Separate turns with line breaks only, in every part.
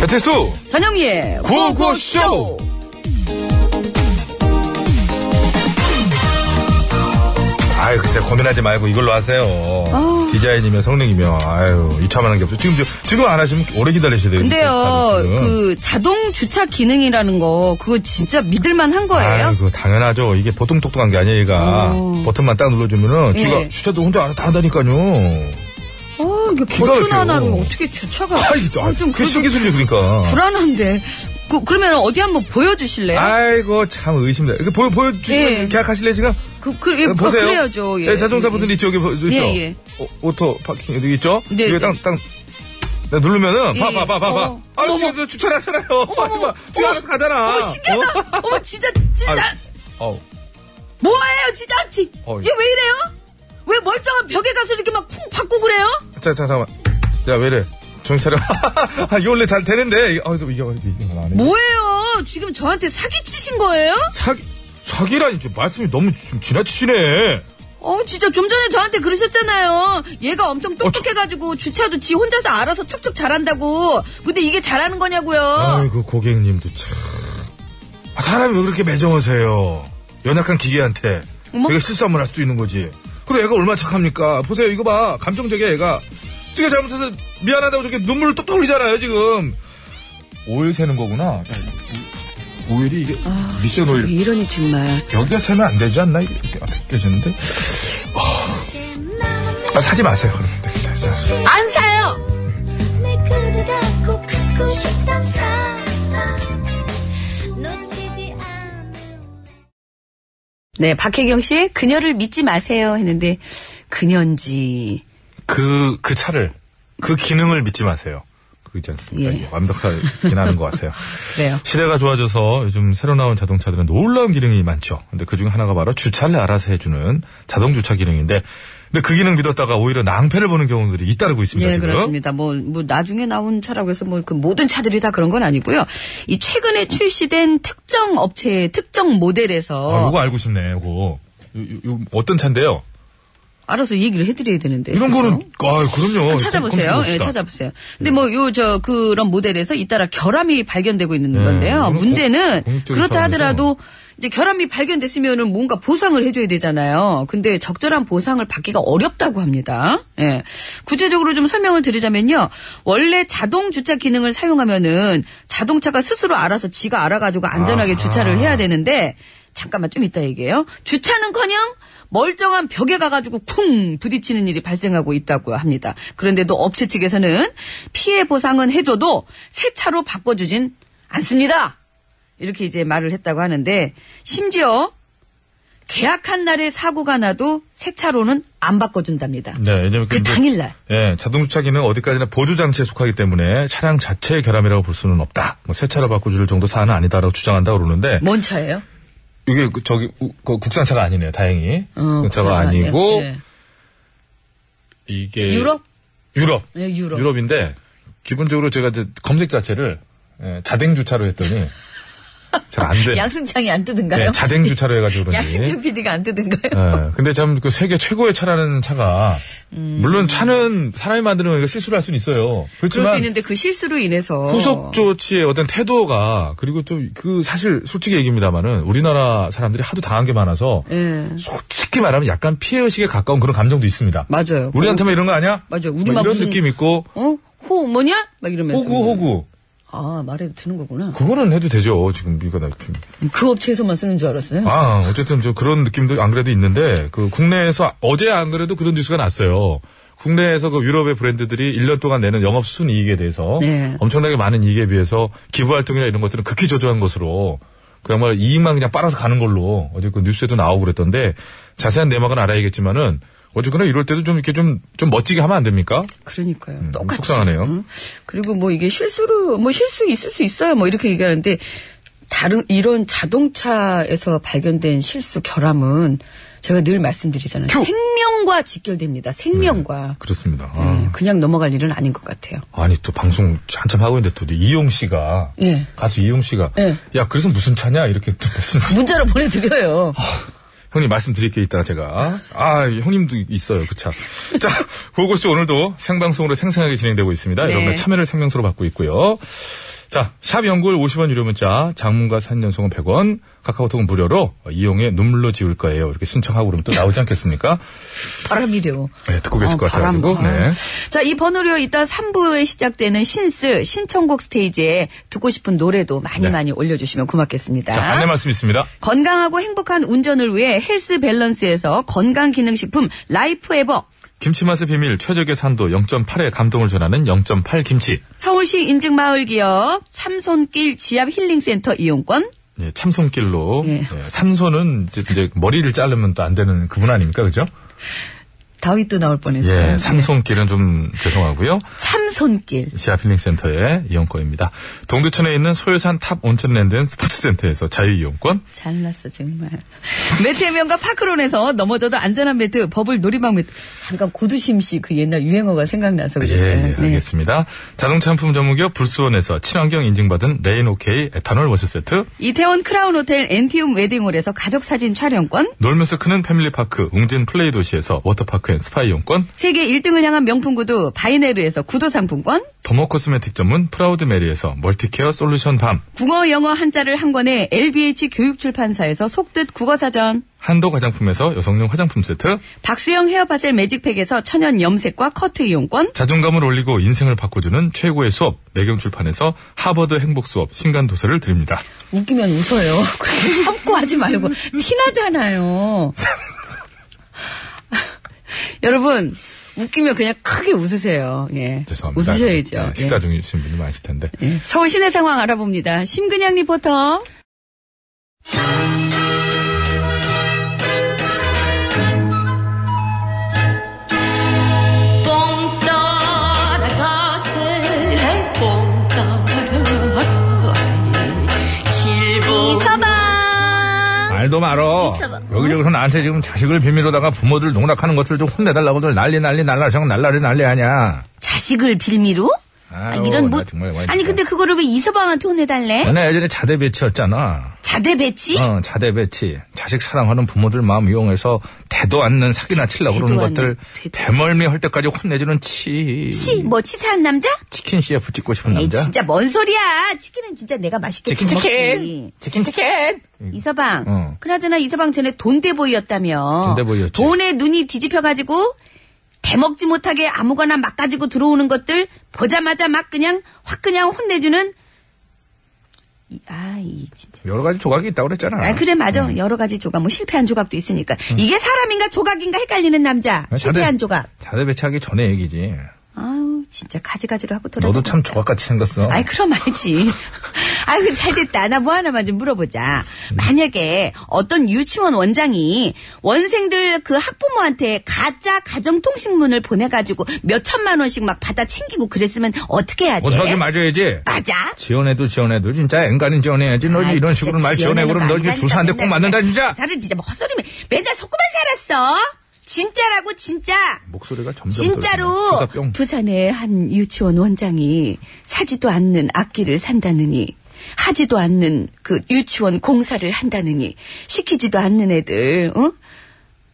배칠수
전영미의
구호구호쇼!
아유 글쎄 고민하지 말고 이걸로 하세요
아.
디자인이면 성능이면 아유 이참만한 게 없죠 지금 저- 지금 안 하시면 오래 기다리셔야 돼요
근데요,
지금.
그 자동 주차 기능이라는 거 그거 진짜 믿을만 한 거예요? 어.
아유, 그 당연하죠. 이게 보통 똑똑한 게 아니에요, 얘가. 버튼만 딱 눌러주면은,
예.
쥐가, 주차도 혼자 알아서 다 한다니까요.
어, 이게
기가
버튼
막혀요.
하나로 어떻게 주차가?
아, 이게 또, 아,
어, 좀
그
그거 좀
신기술이죠, 그러니까.
불안한데. 그, 그러면 어디 한번 보여주실래요?
아이고, 참 의심돼. 이거 보여, 보여주시면
예.
계약하실래, 지금?
그, 그, 예,
어, 보세요.
어, 그래야죠. 예.
예, 자동차
예,
버튼 있죠, 여기, 보- 있죠?
예, 예.
오, 오토 파킹, 여기 있죠?
네,
이거
네.
딱, 딱. 나 누르면은,
예,
봐,
예.
봐, 봐, 봐, 봐.
어.
아유,
어머,
지금 주차를 하잖아요. 봐, 지금 알아서 가잖아.
어머, 신기하다.
어?
어머, 진짜, 진짜.
아유, 어우.
뭐예요, 진짜. 지,
어이.
이게 왜 이래요? 왜 멀쩡한 벽에 가서 이렇게 막 쿵 박고 그래요?
자, 자, 잠깐만. 야, 왜 이래. 정신 차려. 아, 이거 원래 잘 되는데. 아, 이거, 이게, 이게 안 해.
뭐예요? 지금 저한테 사기치신 거예요?
사기, 사기라니, 좀 말씀이 너무 좀 지나치시네.
어, 진짜 좀 전에 저한테 그러셨잖아요. 얘가
어,
엄청 똑똑해가지고 주차도 지 혼자서 알아서 척척 잘한다고. 근데 이게 잘하는 거냐고요.
아이고, 고객님도 참. 아, 사람이 왜 그렇게 매정하세요? 연약한 기계한테.
어머.
내가 실수한번 할 수도 있는 거지. 그리고 애가 얼마나 착합니까? 보세요, 이거 봐. 감정적이야, 애가. 지금 잘못해서 미안하다고 저렇게 눈물을 뚝뚝 흘리잖아요, 지금. 오일 새는 거구나. 야, 이 오일이 이게
아,
미션
왜
오일.
이러니 정말.
여기가 새면 안 되지 않나? 이게 이렇게 앞에 껴졌는데. 아, 사지 마세요. 그럼. 됐다, 됐어.
안 사요!
내 그대가 꼭 갖고 싶던 사랑 놓치지 않을래
네, 박혜경 씨의 그녀를 믿지 마세요 했는데, 그년지.
그, 그 차를, 그 기능을 믿지 마세요. 그렇지 않습니까?
예.
이게 완벽하긴 하는 것 같아요.
그래요.
시대가 좋아져서 요즘 새로 나온 자동차들은 놀라운 기능이 많죠. 근데 그 중에 하나가 바로 주차를 알아서 해주는 자동 주차 기능인데, 근데 그 기능 믿었다가 오히려 낭패를 보는 경우들이 잇따르고 있습니다.
예,
지금.
그렇습니다. 뭐, 뭐, 나중에 나온 차라고 해서 뭐, 그 모든 차들이 다 그런 건 아니고요. 이 최근에 출시된 특정 업체의 특정
아,
모델에서.
이거 알고 싶네. 이거 요, 요- 요 어떤 차인데요?
알아서 얘기를 해드려야 되는데.
이런
네, 그죠?
거는 아, 그럼요.
그렇죠. 찾아보세요. 예,
검색해봅시다.
찾아보세요. 근데 뭐, 요, 저, 그런 모델에서 잇따라 결함이 발견되고 있는
예,
건데요.
이건
문제는,
공- 공익적인
그렇다
차원에서.
하더라도, 이제 결함이 발견됐으면은 뭔가 보상을 해줘야 되잖아요. 근데 적절한 보상을 받기가 어렵다고 합니다. 예. 구체적으로 좀 설명을 드리자면요. 원래 자동 주차 기능을 사용하면은 자동차가 스스로 알아서 지가 알아가지고 안전하게
아하.
주차를 해야 되는데, 잠깐만 좀 이따 얘기해요. 주차는커녕 멀쩡한 벽에 가가지고 쿵 부딪히는 일이 발생하고 있다고 합니다. 그런데도 업체 측에서는 피해 보상은 해줘도 새 차로 바꿔주진 않습니다. 이렇게 이제 말을 했다고 하는데 심지어 계약한 날에 사고가 나도 새 차로는 안 바꿔준답니다.
네, 왜냐면
그
근데-
당일날.
예, 자동주차기는 어디까지나 보조장치에 속하기 때문에 차량 자체의 결함이라고 볼 수는 없다. 뭐 새 차로 바꿔줄 정도 사안은 아니다라고 주장한다고 그러는데
뭔 차예요?
이게 그 저기 우- 그 국산차가 아니네요. 다행히
어,
국산차가
그거잖아요.
아니고
예.
이게
유럽?
유럽
예, 유럽.
인데 기본적으로 제가 이제 검색 자체를 예, 자댕 주차로 했더니 잘 안 돼.
양승창이 안 뜨든가요?
예, 자댕 네. 주차로 해가지고 그런지.
양승창 PD가 안 뜨든가요?
예, 근데 참 그 세계 최고의 차라는 차가 물론 차는 사람이 만드는 거니까 실수를 할 수는 있어요.
음. 그럴 수
그렇지만
있는데 그 실수로 인해서
후속 조치의 어떤 태도가 그리고 좀 그 사실 솔직히 얘기입니다만은 우리나라 사람들이 하도 당한 게 많아서
예.
솔직히 말하면 약간 피해 의식에 가까운 그런 감정도 있습니다.
맞아요.
우리한테만 이런 거 아니야?
맞아요.
뭐
우리만
이런
무슨-
느낌 있고
어? 호 뭐냐? 막 이러면서
호구 호구.
아, 말해도 되는 거구나.
그거는 해도 되죠. 지금 이거 나 지금.
그 업체에서만 쓰는 줄 알았어요.
아, 어쨌든 저 그런 느낌도 안 그래도 있는데 그 국내에서 어제 안 그래도 그런 뉴스가 났어요. 국내에서 그 유럽의 브랜드들이 1년 동안 내는 영업 순이익에 대해서
네.
엄청나게 많은 이익에 비해서 기부 활동이나 이런 것들은 극히 저조한 것으로 그야말로 이익만 그냥 빨아서 가는 걸로 어제 그 뉴스에도 나오고 그랬던데 자세한 내막은 알아야겠지만은 어쨌거나 이럴 때도 좀 이렇게 좀 좀 멋지게 하면 안 됩니까?
그러니까요. 똑같이.
음, 속상하네요.
응? 그리고 뭐 이게 실수로, 뭐 실수 있을 수 있어요. 뭐 이렇게 얘기하는데, 다른, 이런 자동차에서 발견된 실수 결함은 제가 늘 말씀드리잖아요.
큐!
생명과 직결됩니다. 생명과.
그렇습니다. 아.
예, 그냥 넘어갈 일은 아닌 것 같아요.
아니 또 방송 한참 하고 있는데 또 이용 씨가
예.
가수 이용 씨가
예.
야 그래서 무슨 차냐 이렇게 또 말씀
그 문자로 보내드려요.
아. 형님 말씀드릴 게 있다가 제가 아 형님도 있어요 그 차. 자 고고쇼 오늘도 생방송으로 생생하게 진행되고 있습니다.
네.
여러분의 참여를 생명수로 받고 있고요. 자샵 연골 50원 유료 문자 장문과 산연속은 100원 카카오톡은 무료로 이용해 눈물로 지울 거예요. 이렇게 신청하고 그러면 또 나오지 않겠습니까?
바람이래요.
네, 듣고 계실
어,
것 같아가지고.
바람도.
네.
자, 이 번호로요. 이따 3부에 시작되는 신스 신청곡 스테이지에 듣고 싶은 노래도 많이
네.
많이 올려주시면 고맙겠습니다.
자 안내 말씀 있습니다.
건강하고 행복한 운전을 위해 헬스 밸런스에서 건강기능식품 라이프에버
김치 맛의 비밀 최적의 산도 0.8의 감동을 전하는 0.8 김치.
서울시 인증마을기업 삼손길 지압힐링센터 이용권
예, 참손길로
예.
예, 삼손은 이제, 이제 머리를 자르면 또 안 되는 그분 아닙니까 그죠?
다윗 도 나올 뻔했어요.
예, 삼손길은 좀 죄송하고요.
참손길
시아필링 센터의 이용권입니다. 동두천에 있는 소요산 탑 온천랜드 앤 스포츠센터에서 자유 이용권,
잘났어 정말. 매트의 명가 파크론에서 넘어져도 안전한 매트 버블 놀이방 매트 잠깐 고두심 씨 그 옛날 유행어가 생각나서
예,
그랬어요. 네.
예, 알겠습니다. 자동차 한품 전문기업 불수원에서 친환경 인증받은 레인 오케이 에탄올 워셔 세트,
이태원 크라운 호텔 엔티움 웨딩홀에서 가족 사진 촬영권
놀면서 크는 패밀리파크 웅진 플레이 도시에서 워터파크 앤 스파 이용권,
세계 1등을 향한 명품 구두 바이네르에서 구두 상품권
더모 코스메틱 전문 프라우드 메리에서 멀티케어 솔루션 밤,
국어 영어 한자를 한 권에 LBH 교육출판사에서 속뜻 국어사전
한도 화장품에서 여성용 화장품 세트,
박수영 헤어파셀 매직팩에서 천연 염색과 커트 이용권
자존감을 올리고 인생을 바꿔주는 최고의 수업 매경출판에서 하버드 행복 수업 신간 도서를 드립니다.
웃기면 웃어요. 그렇게 참고 하지 말고 티나잖아요. 여러분 웃기면 그냥 크게 웃으세요. 예.
죄송합니다. 네,
웃으셔야죠.
식사 중에 주신 분들 많으실 텐데.
예. 예. 서울 시내 상황 알아봅니다. 심근양 리포터.
뽕 따라가세 뽕 따라가세 길보
이서방.
말도 말어. 여기저기서 나한테 지금 자식을 비밀로다가 부모들 농락하는 것을 좀 혼내달라고들 난리 난리 날라성 날라리 난리 아니야.
자식을 빌미로?
아유,
아, 이런 뭐
나 정말 완전-
아니 근데 그거를 왜 이서방한테 혼내달래?
너네 예전에 자대 배치였잖아.
자대 배치?
어, 자대 배치. 자식 사랑하는 부모들 마음 이용해서 대도 않는 사기나 치려고
대도
그러는
않는,
것들
대도-
배멀미 할 때까지 혼내주는 치.
치, 뭐 치사한 남자?
킨 CF 찍고 싶은
에이
남자.
진짜 뭔 소리야? 치킨은 진짜 내가 맛있게
치킨,
잘
치킨.
먹지. 음.
치킨 치킨.
이서방,
어.
그나저나 이서방 전에 돈대보이였다며.
돈대보이였지.
돈에 눈이 뒤집혀가지고 대먹지 못하게 아무거나 막 가지고 들어오는 것들 보자마자 막 그냥 확 그냥 혼내주는. 이- 아, 이 진짜.
여러 가지 조각이 있다고 그랬잖아. 음.
아, 그래, 맞아. 여러 가지 조각, 뭐, 실패한 조각도 있으니까. 이게 사람인가 조각인가 헷갈리는 남자.
아, 자네-
실패한 조각.
자대 배치하기 전에 얘기지.
아우, 진짜 가지가지로 하고 돌아.
너도 참 조각같이 생겼어.
아이, 그럼 알지. 아이고, 잘 됐다. 나 뭐 하나만 좀 물어보자. 만약에 어떤 유치원 원장이 원생들 그 학부모한테 가짜 가정통신문을 보내가지고 몇천만원씩 막 받아 챙기고 그랬으면 어떻게 해야 돼?
어떻게 맞아야지.
맞아?
지원해도 지원해도 진짜 앵간인 지원해야지. 너
아이,
이런
진짜
식으로 말 지원해.
지어내는
그럼
거
너 이제
아니라니까,
주사한테 꼭
맨날
맞는다 진짜.
사람 진짜 뭐 헛소리면 맨날 속고만 살았어. 진짜라고, 진짜.
목소리가 점점
진짜로
떨어지네. 주사병.
부산의 한 유치원 원장이 사지도 않는 악기를 산다느니 하지도 않는 그 유치원 공사를 한다느니 시키지도 않는 애들 어?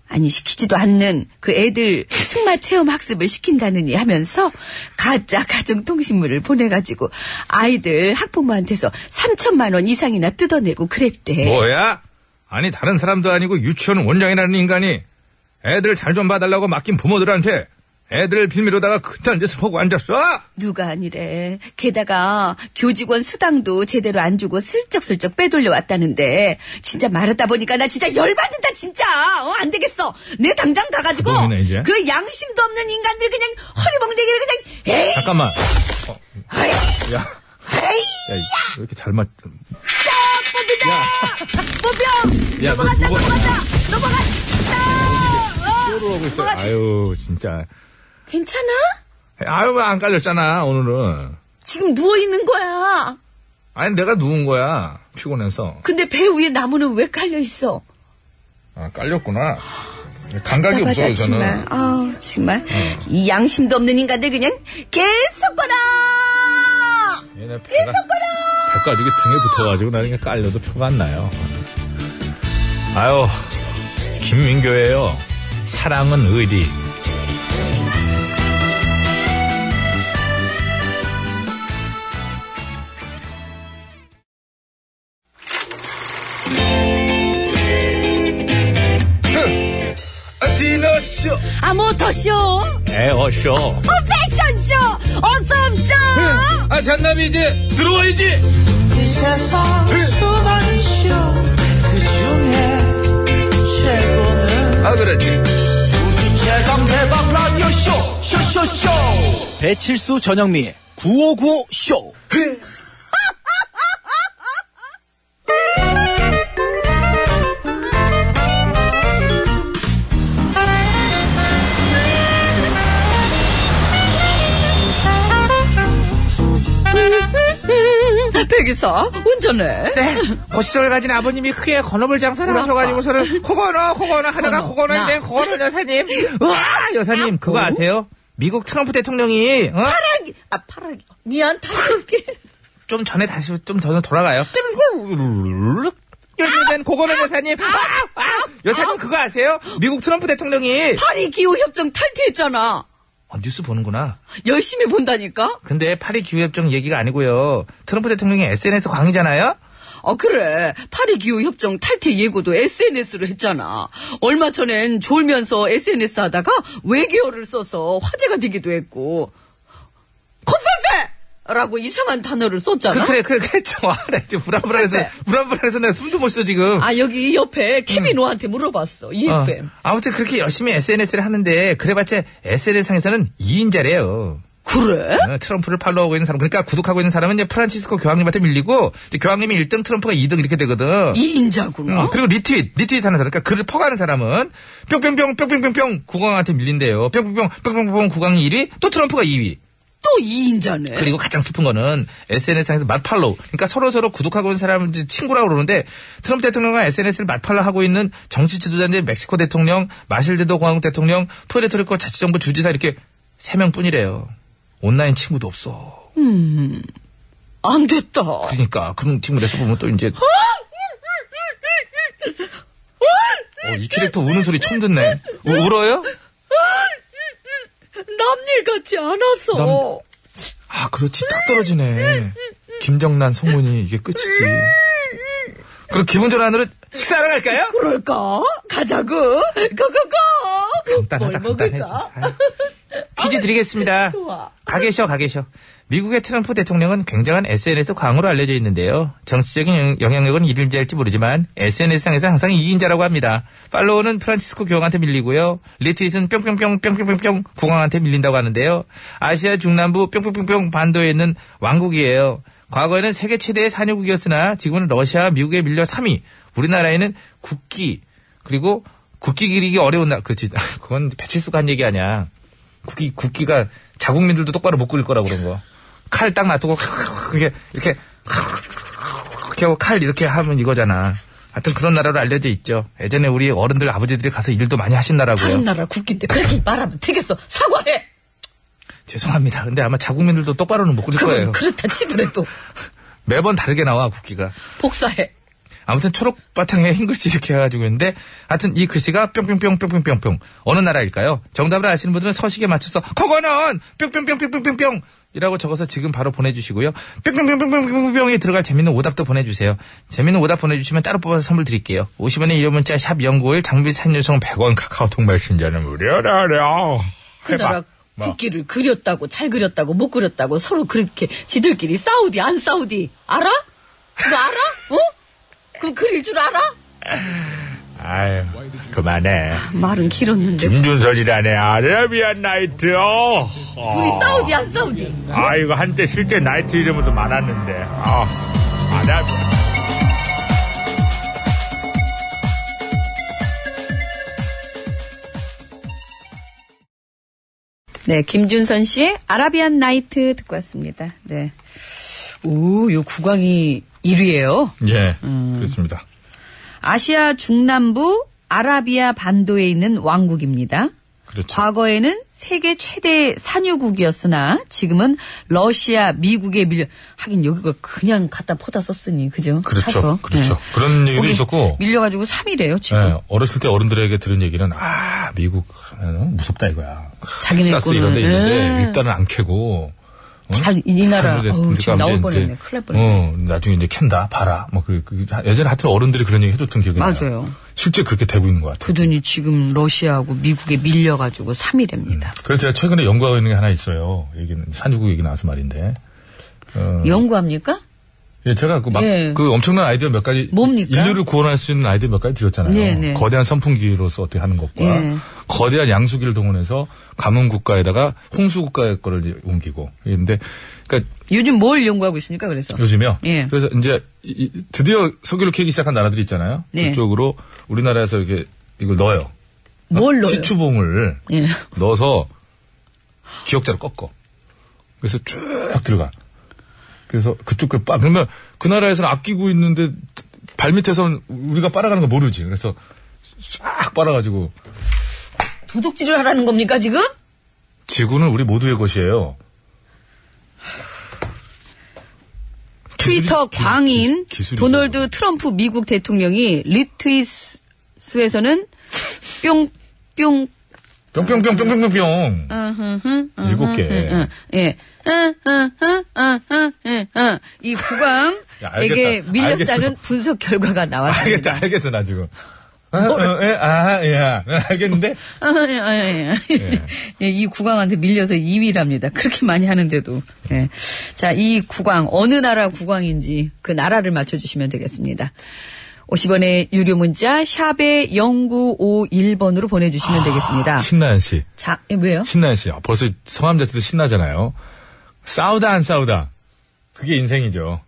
아니 시키지도 않는 그 애들 승마 체험 학습을 시킨다느니 하면서 가짜 가정 통신물을 보내가지고 아이들 학부모한테서 3천만 원 이상이나 뜯어내고 그랬대.
뭐야? 아니 다른 사람도 아니고 유치원 원장이라는 인간이 애들 잘 좀 봐달라고 맡긴 부모들한테
애들 빌미로다가 그딴 짓을 하고 앉았어?
누가 아니래. 게다가 교직원 수당도 제대로 안 주고 슬쩍슬쩍 빼돌려 왔다는데 진짜 말하다 보니까 나 진짜 열받는다 진짜. 어, 안 되겠어. 내 당장 가가지고
뭐네, 이제?
그 양심도 없는 인간들 그냥 허리멍댕이를 그냥 에이
잠깐만.
아이
야,
에이
야, 왜 이렇게 잘 맞, 야.
뽑히다 뽑혀
야, 너
넘어간다
누워.
넘어간다 넘어간다. 어,
하고 있어. 아유, 진짜.
괜찮아?
아유, 왜안 깔렸잖아, 오늘은.
지금 누워 있는 거야.
아니, 내가 누운 거야. 피곤해서.
근데 배 위에 나무는 왜 깔려 있어?
아, 깔렸구나. 감각이
답답하다,
없어요,
아, 정말.
저는.
아우, 정말. 이 양심도 없는 인간들 그냥 계속 거라!
얘네 배가, 배까지 이게 등에 붙어가지고 나중에 깔려도 표가 안 나요. 아유, 김민교예요. 사랑은 의리. 디너쇼
아, 모터쇼!
에어쇼
패션쇼! 어썸쇼!
아 잔남이 이제 들어와야지
이 세상 수많은 쇼그 중에 최고는
아 그렇지
우주 최강 대박 라디오 쇼 쇼쇼쇼 배칠수 전영미 9595 쇼.
백이사, 운전해.
고시절 가진 아버님이 크게 건어물 장사를 하셔가지고 저를 코건어 코건어 하다가
코건어,
코건어
나.
된 코건어 여사님 와 여사님 그거 아세요? 미국 트럼프 대통령이 어?
파랑이, 아, 파랑이. 미안, 다시 올게.
좀 전에 다시 좀 전에 돌아가요 요즘 된 고건어 여사님 아, 아, 여사님 그거 아세요? 미국 트럼프 대통령이
파리 기후협정 탈퇴했잖아.
어, 뉴스 보는구나
열심히 본다니까?
근데 파리 기후협정 얘기가 아니고요 트럼프 대통령이 SNS 광이잖아요
아, 그래. 파리 기후협정 탈퇴 예고도 SNS로 했잖아. 얼마 전엔 졸면서 SNS 하다가 외계어를 써서 화제가 되기도 했고. 콘페페! 라고 이상한 단어를 썼잖아.
그, 그래 그래 그래 저알아 이제 불안불안해서 불안불안해서 내가 숨도 못 쉬어 지금
아, 여기 옆에
음.
케빈호한테 물어봤어. E
어,
EFM.
아무튼 그렇게 열심히 SNS를 하는데 그래봤자 SNS상에서는 2인자래요. 어,
그래?
트럼프를 팔로우하고 있는 사람 그러니까 구독하고 있는 사람은 이제 프란치스코 교황님한테 밀리고 이제 교황님이 1등 트럼프가 2등 이렇게 되거든.
이 어?
응,
인자구나.
그리고 리트윗, 리트윗 하는 사람, 그러니까 글을 퍼가는 사람은 뿅뿅뿅 뿅뿅뿅뿅 국왕한테 밀린대요. 뿅뿅뿅 뿅뿅뿅 국왕이 1위, 또 트럼프가 2위.
또 이 인자네.
그리고 가장 슬픈 거는 SNS상에서 맞팔로우. 그러니까 서로 서로 구독하고 있는 사람 친구라고 그러는데 트럼프 대통령과 SNS를 맞팔로 하고 있는 정치 지도자인데 멕시코 대통령, 마실데도 공화국 대통령, 푸에르토리코 자치정부 주지사 이렇게 세 명뿐이래요. 온라인 친구도 없어.
안 됐다.
그러니까 그런 친구들에서 보면 또 이제 어, 이 캐릭터 우는 소리 처음 듣네. 우- 울어요?
남일 같지 않아서.
남- 아, 그렇지. 딱 떨어지네. 김정란, 송문이 이게 끝이지. 그럼 기분 전환으로 식사하러
뭐
갈까요?
그럴까? 가자구. 고고고.
간단하다,
뭘
간단해.
먹을까?
진짜. 아유. 퀴즈 드리겠습니다.
좋아.
가 계셔, 가 계셔. 미국의 트럼프 대통령은 굉장한 SNS 광으로 알려져 있는데요. 정치적인 영- 영향력은 1인자일지 모르지만 SNS상에서 항상 2인자라고 합니다. 팔로우는 프란치스코 교황한테 밀리고요. 리트윗은 뿅뿅뿅 뿅뿅뿅뿅 국왕한테 밀린다고 하는데요. 아시아 중남부 뿅뿅뿅뿅 반도에 있는 왕국이에요. 과거에는 세계 최대의 산유국이었으나 지금은 러시아, 미국에 밀려 3위. 우리나라에는 국기 그리고 국기 기리기 어려운 나 그렇지. 그건 배칠수가 한 얘기 아니야. 국기, 국기가 자국민들도 똑바로 못 그릴 거라 그런 거. 칼 딱 놔두고, 이렇게, 이렇게, 이렇게 하고 칼 이렇게 하면 이거잖아. 하여튼 그런 나라로 알려져 있죠. 예전에 우리 어른들, 아버지들이 가서 일도 많이 하신
다른
나라고요.
나라 국기인데 그렇게 말하면 되겠어. 사과해.
죄송합니다. 근데 아마 자국민들도 똑바로는 못 그릴
그건
거예요.
그렇다 치더라도
매번 다르게 나와, 국기가.
복사해.
아무튼 초록 바탕에 흰 글씨 이렇게 해가지고 있는데 하여튼 이 글씨가 뿅뿅뿅 뿅뿅뿅뿅 어느 나라일까요? 정답을 아시는 분들은 서식에 맞춰서 그거는 뿅뿅뿅뿅뿅뿅뿅 이라고 적어서 지금 바로 보내주시고요. 뿅뿅뿅뿅뿅뿅뿅에 들어갈 재밌는 오답도 보내주세요. 재밌는 오답 보내주시면 따로 뽑아서 선물 드릴게요. 50원의 이름 문자 샵 0951 장비 산유성 100원 카카오톡 메신저는 무료라려
그 나라 국기를 그렸다고 잘 그렸다고 못 그렸다고 서로 그렇게 지들끼리 싸우디 안 싸우디 알아? 그거 알아? 어? 그럼 그릴 줄 알아?
아유, 그만해.
말은 길었는데 우리
김준설이라네 아라비안 나이트. 어.
아.
싸우디 안 싸우디
아 이거 한때 실제 나이트 이름도 많았는데. 아, 아라비안.
네, 김준선 씨의 아라비안 나이트 듣고 왔습니다. 네. 오, 요 국왕이 1위예요.
예,
음.
그렇습니다.
아시아 중남부 아라비아 반도에 있는 왕국입니다.
그렇죠.
과거에는 세계 최대 산유국이었으나 지금은 러시아, 미국에 밀려 하긴 여기가 그냥 갖다 퍼다 썼으니 그죠? 네.
그렇죠.
사서.
그렇죠. 그런 얘기도
거기
있었고.
밀려가지고 3위래요 지금.
예, 어렸을 때 어른들에게 들은 얘기는 아 미국 하면 무섭다 이거야.
자기네
사스
거는,
이런 데 있는데
예.
일단은 안 캐고. 어?
다 이 나라.
하늘에
어우, 지금
들어가면
나올
이제
뻔했네. 큰일 날 뻔했네.
어, 나중에 이제 캔다 봐라. 뭐 그, 그 예전에 하여튼 어른들이 그런 얘기 해줬던 기억이 나요.
맞아요.
실제 그렇게 되고 있는 것 같아요.
그더니 지금 러시아하고 미국에 밀려가지고 3위랍니다.
그래서 제가 최근에 연구하고 있는 게 하나 있어요. 얘기는 산유국 얘기 나와서 말인데. 음.
연구합니까?
예, 제가 그 막,
예.
그 엄청난 아이디어 몇 가지.
뭡니까?
인류를 구원할 수 있는 아이디어 몇 가지 드렸잖아요.
네, 네.
거대한 선풍기로서 어떻게 하는 것과
예.
거대한 양수기를 동원해서 가뭄 국가에다가 홍수 국가의 거를 이제 옮기고. 근데, 그러니까
요즘 뭘 연구하고 있습니까? 그래서
요즘요.
예.
그래서 이제 이- 이- 드디어 석유를 캐기 시작한 나라들이 있잖아요.
네.
그쪽으로 우리나라에서 이렇게 이걸 넣어요. 아,
뭘 넣어요?
시추봉을
예.
넣어서 기억자로 꺾어. 그래서 쭉 들어가. 그래서 그쪽 걸 빠. 그러면 그 나라에서는 아끼고 있는데 발밑에서는 우리가 빨아가는 거 모르지. 그래서 싹 빨아가지고
도둑질을 하라는 겁니까 지금?
지구는 우리 모두의 것이에요.
트위터
기술이-
광인
기- 기술이죠.
도널드 트럼프 미국 대통령이 리트윗수에서는 뿅뿅 어,
뿅뿅뿅뿅뿅뿅뿅. 일곱 개.
예. 어, 응, 응, 응, 응, 응, 응, 응. 어, 이
야,
국왕에게
알겠다.
밀렸다는
알겠어.
분석 결과가
알겠다,
나왔습니다.
알겠어, 나 지금. 아, 어, 예, 아, 예, 난 알겠는데?
아, 예, 아, 예, 예. 예, 이 국왕한테 밀려서 2위랍니다. 그렇게 많이 하는데도. 예. 자, 이 국왕, 어느 나라 국왕인지 그 나라를 맞춰주시면 되겠습니다. 50원의 유료 문자, 샵에 0951번으로
아,
보내주시면 되겠습니다.
신나연 씨.
자, 예, 왜요?
신나연 씨. 아, 벌써 성함 자체도 신나잖아요. 싸우다, 안 싸우다. 그게 인생이죠.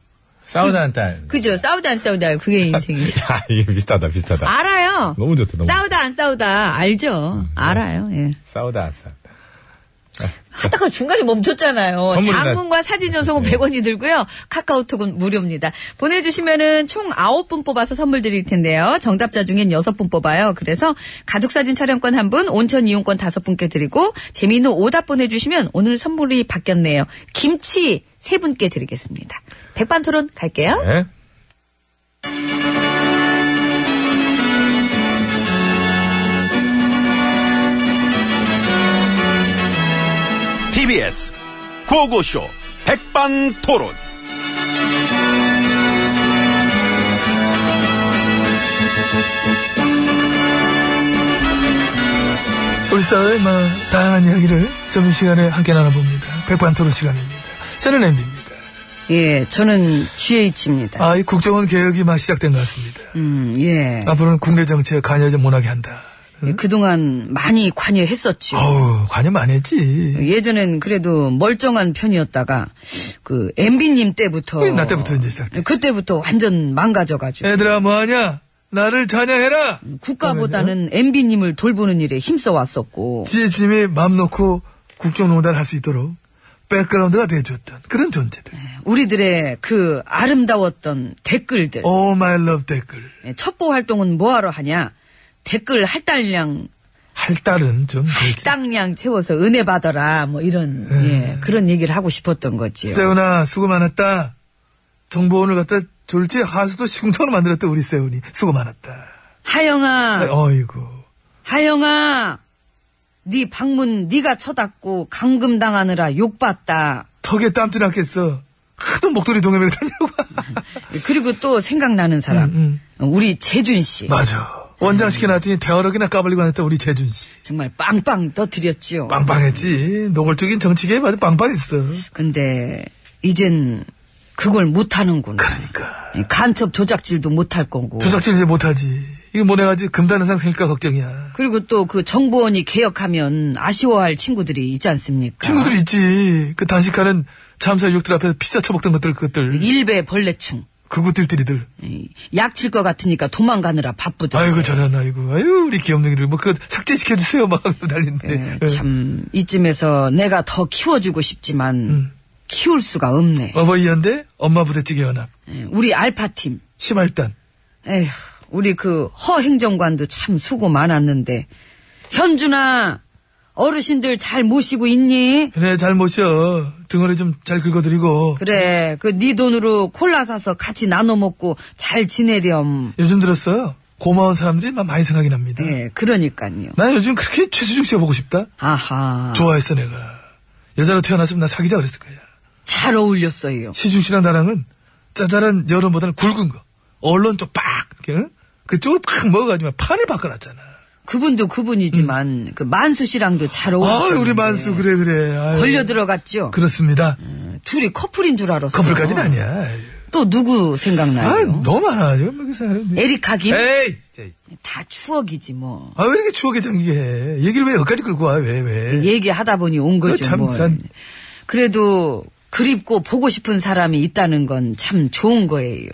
싸우다, 안 딸.
그죠? 싸우다 안 싸우다. 그게 인생이죠.
야, 이게 비슷하다, 비슷하다.
알아요.
너무 좋다, 너무 음, 네.
싸우다 안 싸우다. 알죠? 알아요. 예.
싸우다, 안 싸우다.
하다가 중간에 멈췄잖아요.
선물이나-
장문과 사진 전송은 100원이 들고요. 카카오톡은 무료입니다. 보내주시면은 총 9분 뽑아서 선물 드릴 텐데요. 정답자 중엔 6분 뽑아요. 그래서 가족사진 촬영권 1분, 온천 이용권 5분께 드리고, 재미있는 오답 보내주시면 오늘 선물이 바뀌었네요. 김치 3분께 드리겠습니다. 백반 토론 갈게요.
네.
TBS 고고쇼 백반토론
우리 사회의 뭐 다양한 이야기를 점심시간에 함께 나눠봅니다. 백반토론 시간입니다. 저는 엠비입니다.
예, 저는 GH입니다.
아, 이 국정원 개혁이 막 시작된 것 같습니다.
음, 예.
앞으로는 국내 정치에 관여 좀 못하게 한다.
그동안 많이 관여했었죠.
어우, 관여 많이
음.
했지.
예전엔 그래도 멀쩡한 편이었다가 그 MB님 때부터
네, 나 때부터 이제 네, 시작돼.
그때부터 완전 망가져가지고
얘들아, 뭐하냐? 나를 찬양해라!
국가보다는 MB님을 돌보는 일에 힘써 왔었고
지혜심이 맘 놓고 국정농단을 할 수 있도록 백그라운드가 돼줬던 그런 존재들.
예. 우리들의 그 아름다웠던 댓글들 네,
오 마이 러브 Oh, 댓글.
첩보 활동은 뭐하러 하냐 댓글 할당량
할 딸은 좀. 그렇게. 네.
할당량 채워서 은혜 받아라 뭐 이런 예, 그런 얘기를 하고 싶었던 거지요.
세훈아, 수고 많았다. 정보원을 갖다 졸지 하수도 시궁창으로 만들었다, 우리 세훈이. 수고 많았다.
하영아
네. 어이구.
하영아, 네 방문 네가 쳐닫고 감금 당하느라 욕봤다.
턱에 땀띠 났겠어. 하도 목도리 동해매고 다니고. 음,
그리고 또 생각나는 사람, 우리 재준 씨.
맞아. 원장 시켜놨더니 대화력이나 까불리고 했다 우리 재준 씨.
정말 빵빵 떠드렸지요.
빵빵했지. 노골적인 정치계에 아주 빵빵했어.
근데 이젠 그걸 못하는구나.
그러니까.
이 간첩 조작질도 못할 거고.
조작질 이제 못하지. 이거 뭐내가지 금단현상 생길까 걱정이야.
그리고 또 그 정보원이 개혁하면 아쉬워할 친구들이 있지 않습니까?
친구들 있지. 그 단식하는 참사 유족들 앞에서 피자 처먹던 것들 그것들.
일베 벌레충. 예,
그것들 들이들.
약칠 것 같으니까 도망가느라 바쁘다.
아이고 저런 아이고 아유 우리 귀염둥이들 뭐 그거 삭제시켜 주세요 막 난리인데.
예, 참 이쯤에서 내가 더 키워주고 싶지만 키울 수가 없네.
음. 어버이연대 엄마 부대찌개 연합
예, 우리 알파팀.
심할단
에휴, 우리 그 허행정관도 참 수고 많았는데. 현준아, 어르신들 잘 모시고 있니?
그래 잘 모셔 등어리 좀 잘 긁어드리고
그래, 그 네 돈으로 콜라 사서 같이 나눠 먹고 잘 지내렴.
요즘 들었어요 고마운 사람들이 막 많이 생각이 납니다
예, 그러니까요.
난 요즘 그렇게 최수중 씨가 보고 싶다
아하.
좋아했어 내가 여자로 태어났으면 나 사귀자 그랬을 거야
잘 어울렸어요.
시중 씨랑 나랑은 짜잘한 여론보다는 굵은 거 언론 쪽빡 이렇게 응? 그쪽을 팍 먹어가지고 막 판을 바꿔놨잖아
그분도 그분이지만, 그 만수 씨랑도 잘
음. 아
어울렸어요.
우리 만수 그래 그래 아유.
걸려 들어갔죠?
그렇습니다
둘이 커플인 줄 알았어.
커플까지는 아니야
또 누구 생각나요?
아 너무 많아 지금 뭐 그 사람
에리카 김?
에이, 진짜.
다 추억이지 뭐.
아, 왜 이렇게 추억에 잠기게 해? 얘기를 왜 여기까지 끌고 와, 왜, 왜?
얘기하다 보니 온
그거
거죠.
참
뭐.
싼-
그래도 그립고 보고 싶은 사람이 있다는 건 참 좋은 거예요.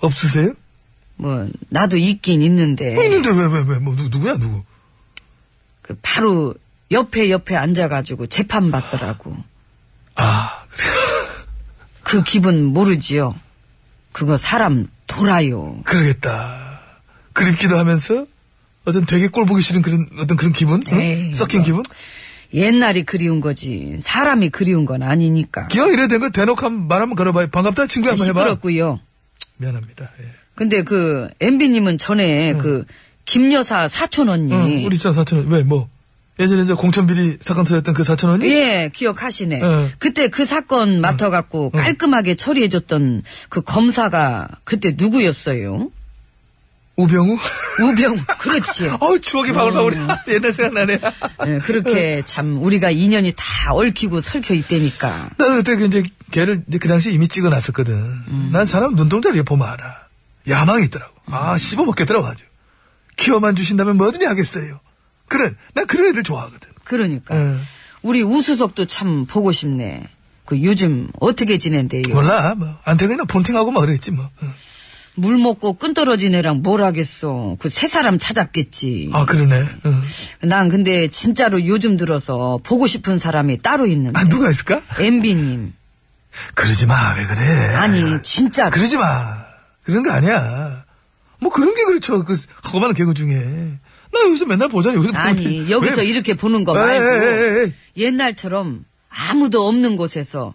없으세요?
뭐 나도 있긴 있는데
있는데 왜, 왜, 왜? 뭐, 누, 누구야, 누구?
그 바로 옆에 옆에 앉아가지고 재판 받더라고.
아, 그래.
그 기분 모르지요. 그거 사람 돌아요.
그러겠다. 그립기도 하면서 어떤 되게 꼴 보기 싫은 그런, 어떤 그런 기분? 응?
에이,
섞인 기분?
옛날이 그리운 거지 사람이 그리운 건 아니니까.
기왕 이래 된 거 대놓고 한번 말 한번 걸어봐요. 반갑다, 친구 한번 해봐.
시끄럽고요.
미안합니다. 예.
근데 그 엠비님은 전에 그 김여사 사촌 언니
응, 우리 있잖아, 사촌원. 왜, 뭐. 예전에 저 공천비리 사건 터졌던 그 사촌원이?
예, 기억하시네.
예.
그때 그 사건 맡아갖고 깔끔하게 처리해줬던 그 검사가 그때 누구였어요?
우병우?
우병우. 그렇지.
어우, 추억이 바글바글해. 옛날 생각나네.
예, 그렇게 참 우리가 인연이 다 얽히고 설켜 있다니까.
나도 그때 그 이제 걔를 이제 그 당시 이미 찍어놨었거든.
음.
난 사람 눈동자를 보면 알아. 야망이 있더라고.
음.
아 씹어 먹겠더라고 아주. 키워만 주신다면 뭐든지 하겠어요. 그래, 난 그런 애들 좋아하거든.
그러니까.
예.
우리 우수석도 참 보고 싶네. 그 요즘 어떻게 지낸대요?
몰라, 뭐 안태근이나 폰팅하고 막 그랬지 뭐. 응.
물 먹고 끈 떨어진 애랑 뭘 하겠어. 그 새 사람 찾았겠지.
아 그러네. 응.
난 근데 진짜로 요즘 들어서 보고 싶은 사람이 따로 있는데.
아 누가 있을까?
MB님.
그러지 마, 왜 그래?
아니, 진짜로.
그러지 마. 그런 거 아니야. 뭐 그런 게 그렇죠. 그 거만한 개그 중에. 나 여기서 맨날 보잖아. 여기서
아니
보는데.
여기서
왜?
이렇게 보는 거
에이,
말고
에이, 에이.
옛날처럼 아무도 없는 곳에서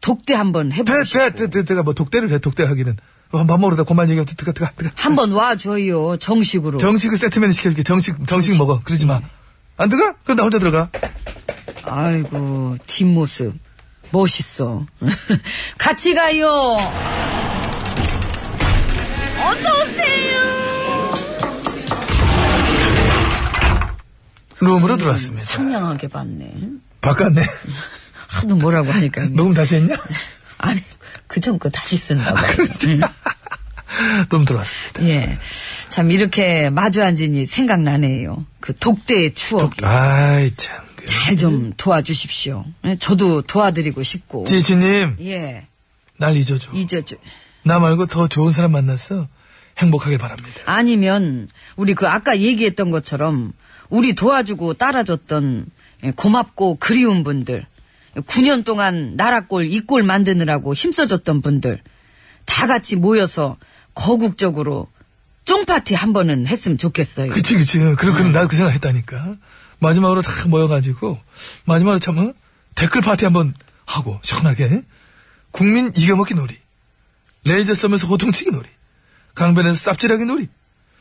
독대 한번
대,
해보시고
대, 대, 대, 대가 뭐 독대를 해, 독대하기는. 뭐 밥 먹으러다 그만 얘기하면 대가, 대가, 대가.
한번 와줘요 정식으로
어. 정식 세트맨 시켜줄게. 정식, 정식 먹어. 그러지 마. 안 들어가? 그럼 나 혼자 들어가.
아이고 뒷모습 멋있어 같이 가요
룸으로 들어왔습니다.
상냥하게 봤네
바꿨네.
하도 뭐라고 하니까
녹음 다시 했냐?
아니 아, 그전 거 다시 쓴다 봐
룸 들어왔습니다.
예. 참 이렇게 마주 앉으니 생각나네요 그 독대의 추억
아이, 참. 그.
잘 좀 도와주십시오 예, 저도 도와드리고 싶고
지지님,
예
날 잊어줘.
잊어줘.
나 말고 더 좋은 사람 만났어. 행복하길 바랍니다.
아니면 우리 그 아까 얘기했던 것처럼 우리 도와주고 따라줬던 예, 고맙고 그리운 분들, 9년 동안 나라꼴 이꼴 만드느라고 힘써줬던 분들 다 같이 모여서 거국적으로 쫑파티 한 번은 했으면 좋겠어요.
그치, 예, 그치. 그렇군.
음.
나그 생각 했다니까. 마지막으로 다 모여가지고, 마지막으로 참, 어? 댓글 파티 한번 하고, 시원하게. 국민 이겨먹기 놀이. 레이저 쏘면서 호통치기 놀이. 강변에서 쌉질하기 놀이.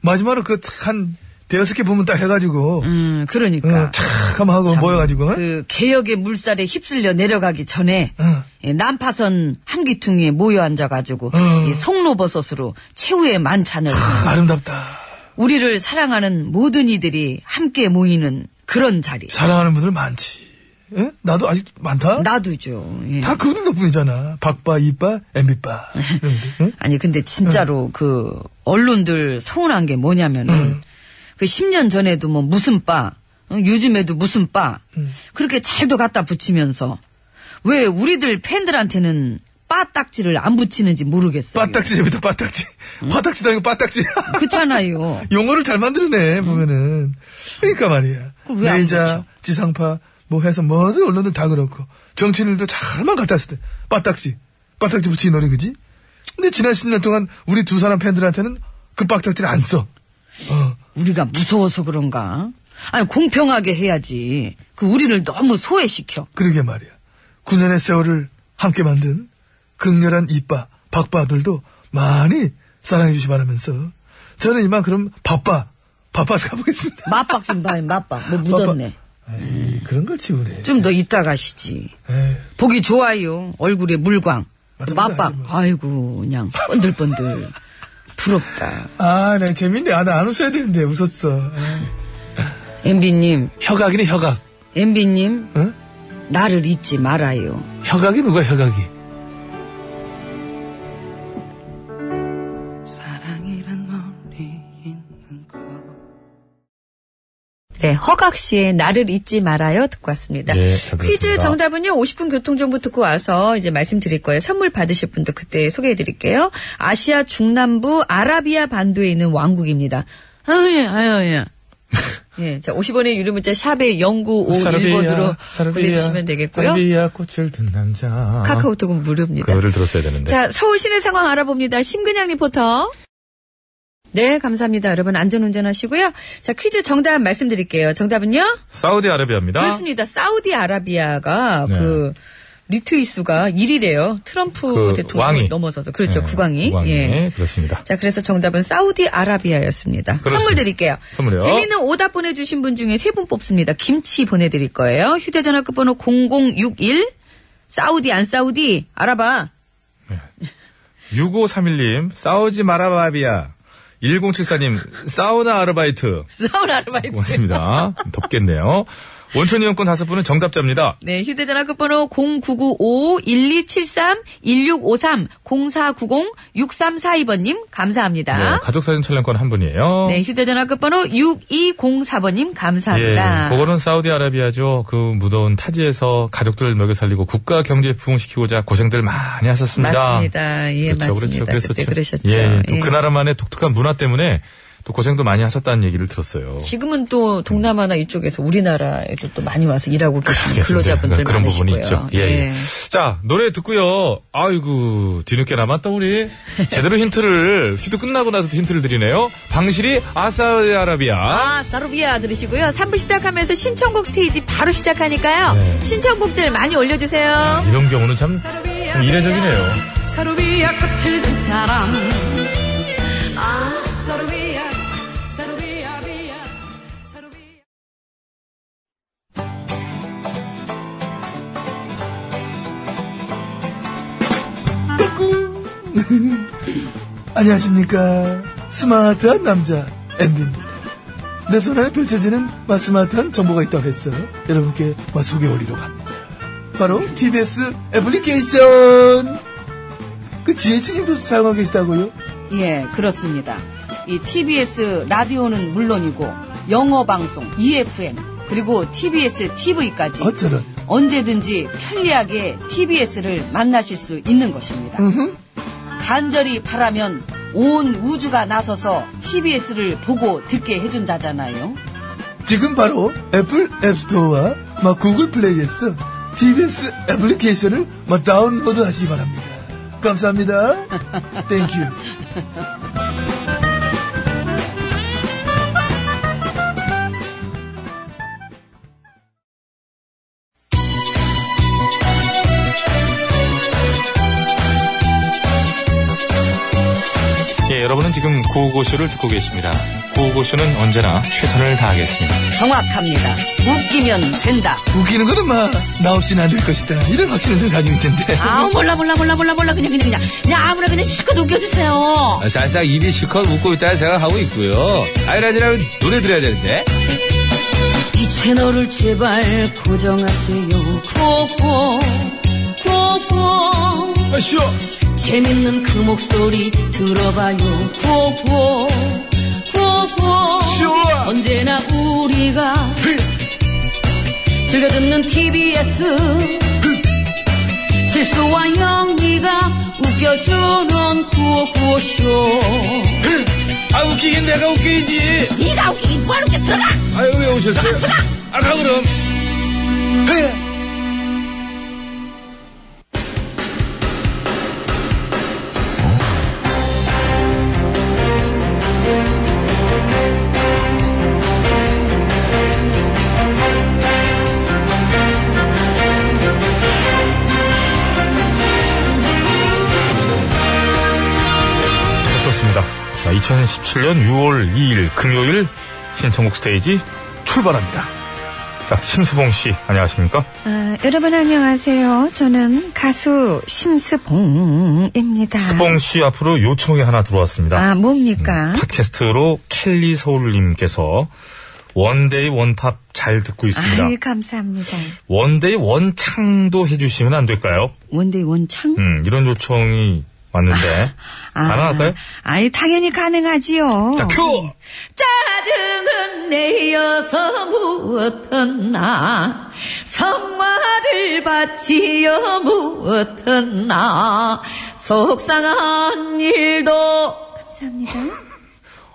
마지막으로 그 한 대여섯 개 부문 딱 해가지고,
음, 그러니까.
어, 착함 하고
참,
모여가지고, 어?
그 개혁의 물살에 휩쓸려 내려가기 전에
어.
예, 난파선 한기퉁에 모여 앉아가지고
어.
이 송로버섯으로 최후의 만찬을
크, 아름답다.
우리를 사랑하는 모든 이들이 함께 모이는 그런 자리.
사랑하는 분들 많지. 예? 나도 아직 많다?
나도죠. 예.
다 그분들 덕분이잖아. 박바, 이빠, 엠비빠. 이런데, 응?
아니 근데 진짜로 그 언론들 서운한 게 뭐냐면은 그 10년 전에도 뭐 무슨 바 응, 요즘에도 무슨 바 그렇게 잘도 갖다 붙이면서 왜 우리들 팬들한테는 바 딱지를 안 붙이는지 모르겠어요.
빠딱지 재밌다, 빠딱지.
음.
화딱지 당고 빠딱지.
그렇잖아요.
용어를 잘 만들어내, 보면은. 그러니까 말이야.
음. 그걸 왜안 그렇죠?
레이자,
고쳐?
지상파, 뭐 해서 모든 언론들 다 그렇고, 정치인들도 잘만 갖다 왔을 때, 빠딱지. 빠딱지 붙이기 노래, 그지? 근데 지난 10년 동안 우리 두 사람 팬들한테는 그 빠딱지를 안 써. 어.
우리가 무서워서 그런가? 아니 공평하게 해야지. 그 우리를 너무 소외시켜.
그러게 말이야. 9년의 세월을 함께 만든 극렬한 이빠, 박바들도 많이 사랑해주시 바라면서 저는 이만 그럼 바빠, 바빠서 가보겠습니다.
맞박 좀 봐요. 맞박. 뭐 묻었네.
에이, 그런 걸 치우네.
좀 더 이따 가시지.
에이,
보기 좋아요. 얼굴에 물광.
맞아, 맞아,
맞박.
맞아,
아이고 그냥 번들번들. 부럽다.
아, 나 재밌네. 아, 나 안 웃어야 되는데 웃었어. 에이.
엠비님,
혀각이네, 혀각.
엠비님,
응?
나를 잊지 말아요.
혀각이 누가 혀각이?
네, 허각 씨의 나를 잊지 말아요 듣고 왔습니다.
예, 잘
퀴즈
들었습니다.
정답은요, 50분 교통정보 듣고 와서 이제 말씀드릴 거예요. 선물 받으실 분도 그때 소개해 드릴게요. 아시아 중남부 아라비아 반도에 있는 왕국입니다. 아유, 아유, 아유. 예, 자, 50원의 유료 문자 샵에 0951번으로 보내주시면 되겠고요.
사르비아 꽃을 든 남자.
카카오톡은 무료입니다.
그거를 들었어야 되는데.
자, 서울 시내 상황 알아봅니다. 심근양 리포터. 네, 감사합니다. 여러분, 안전 운전하시고요. 자, 퀴즈 정답 말씀드릴게요. 정답은요?
사우디아라비아입니다.
그렇습니다. 사우디아라비아가
네.
그 리트위스가 1위래요. 트럼프
그
대통령
왕이.
을 넘어서서. 그렇죠.
예,
국왕이.
국왕이.
예.
그렇습니다.
자, 그래서 정답은 사우디아라비아였습니다.
그렇습니다.
선물 드릴게요.
선물이요?
재미있는 오답 보내주신 분 중에 세 분 뽑습니다. 김치 보내드릴 거예요. 휴대전화 끝번호 0061. 사우디, 안 사우디? 알아봐.
6531님, 싸우지 마라바비아. 1074님, 사우나 아르바이트.
사우나 아르바이트.
고맙습니다. 덥겠네요. 원촌 이용권 다섯 분은 정답자입니다.
네, 휴대전화 끝번호 0995-1273-1653-0490-6342번님,
네,
감사합니다.
가족 사진 촬영권 한 분이에요.
네, 휴대전화 끝번호 6204번님,
예,
감사합니다.
그거는 사우디아라비아죠. 그 무더운 타지에서 가족들을 먹여 살리고 국가 경제 부흥시키고자 고생들 많이 하셨습니다.
맞습니다. 예, 맞습니다. 그때
참-
그러셨죠.
예, 또
예.
그 나라만의 독특한 문화 때문에 또 고생도 많이 하셨다는 얘기를 들었어요.
지금은 또 동남아나 이쪽에서 우리나라에도 또 많이 와서 일하고 계시는 근로자분들
그렇죠. 네, 그런
많으시고요.
부분이 있죠. 예, 예. 자, 노래 듣고요. 아이고, 뒤늦게 남았다, 우리. 제대로 힌트를, 휘도 끝나고 나서 힌트를 드리네요. 방실이 아사우디아라비아.
아, 사루비아 들으시고요. 3부 시작하면서 신청곡 스테이지 바로 시작하니까요.
네.
신청곡들 많이 올려주세요.
이런 경우는 참
사루비아
이례적이네요.
사루비아 꽃을 든 사람 아 사루비아 사루비아 비아 사루비아
안녕하십니까. 스마트한 남자, 엠비입니다. 내 손안에 펼쳐지는 마 스마트한 정보가 있다고 해서 여러분께 마 소개해드리러 갑니다. 바로 TBS 애플리케이션! 그 지혜진님도 사용하고 계시다고요?
예, 그렇습니다. 이 TBS 라디오는 물론이고 영어 방송, EFM, 그리고 TBS TV까지
어쩌면
언제든지 편리하게 TBS를 만나실 수 있는 것입니다. 간절히 바라면 온 우주가 나서서 TBS를 보고 듣게 해준다잖아요.
지금 바로 애플 앱스토어와 막 구글 플레이에서 TBS 애플리케이션을 막 다운로드 하시기 바랍니다. 감사합니다. 땡큐.
예, 여러분은 지금 구호고쇼를 듣고 계십니다. 구호고쇼는 언제나 최선을 다하겠습니다.
정확합니다. 웃기면 된다.
웃기는 거는 막, 나 없이는 안 될 것이다. 이런 확신을 늘 가지고 있는데.
아우 몰라 몰라 몰라 몰라 몰라 그냥 그냥 그냥 그냥 아무나 그냥 실컷 웃겨주세요.
아, 사실상 입이 실컷 웃고 있다는 생각하고 있고요. 아이라지라면 노래 들어야 되는데.
이 채널을 제발 고정하세요. 구호구호, 구호구호. 재밌는 그 목소리 들어봐요. 구호구호, 구호구호. 언제나 우리가 즐겨듣는 TBS. 실수와 영리가 웃겨주는 구호구호쇼.
아, 웃기긴 내가 웃기지.
네가 웃기긴 뭐하러 웃겨 들어가.
아유, 왜 오셨어요? 아가, 그럼.
네, 좋습니다. 자, 2017년 6월 2일 금요일 신청곡 스테이지 출발합니다. 자, 심수봉 씨, 안녕하십니까?
네. 아, 여러분 안녕하세요. 저는 가수 심스봉입니다.
스봉 씨 앞으로 요청이 하나 들어왔습니다.
아
음,
뭡니까?
팟캐스트로 켈리 서울님께서 원데이 원팝 잘 듣고 있습니다.
아유 감사합니다.
원데이 원창도 해주시면 안 될까요?
원데이 원창?
음, 이런 요청이 왔는데
아.
가능할까요?
아니 당연히 가능하지요.
자,
어.
큐!
짜증은 내어서 무엇했나 성화를 바치여 무엇했나 속상한 일도
감사합니다.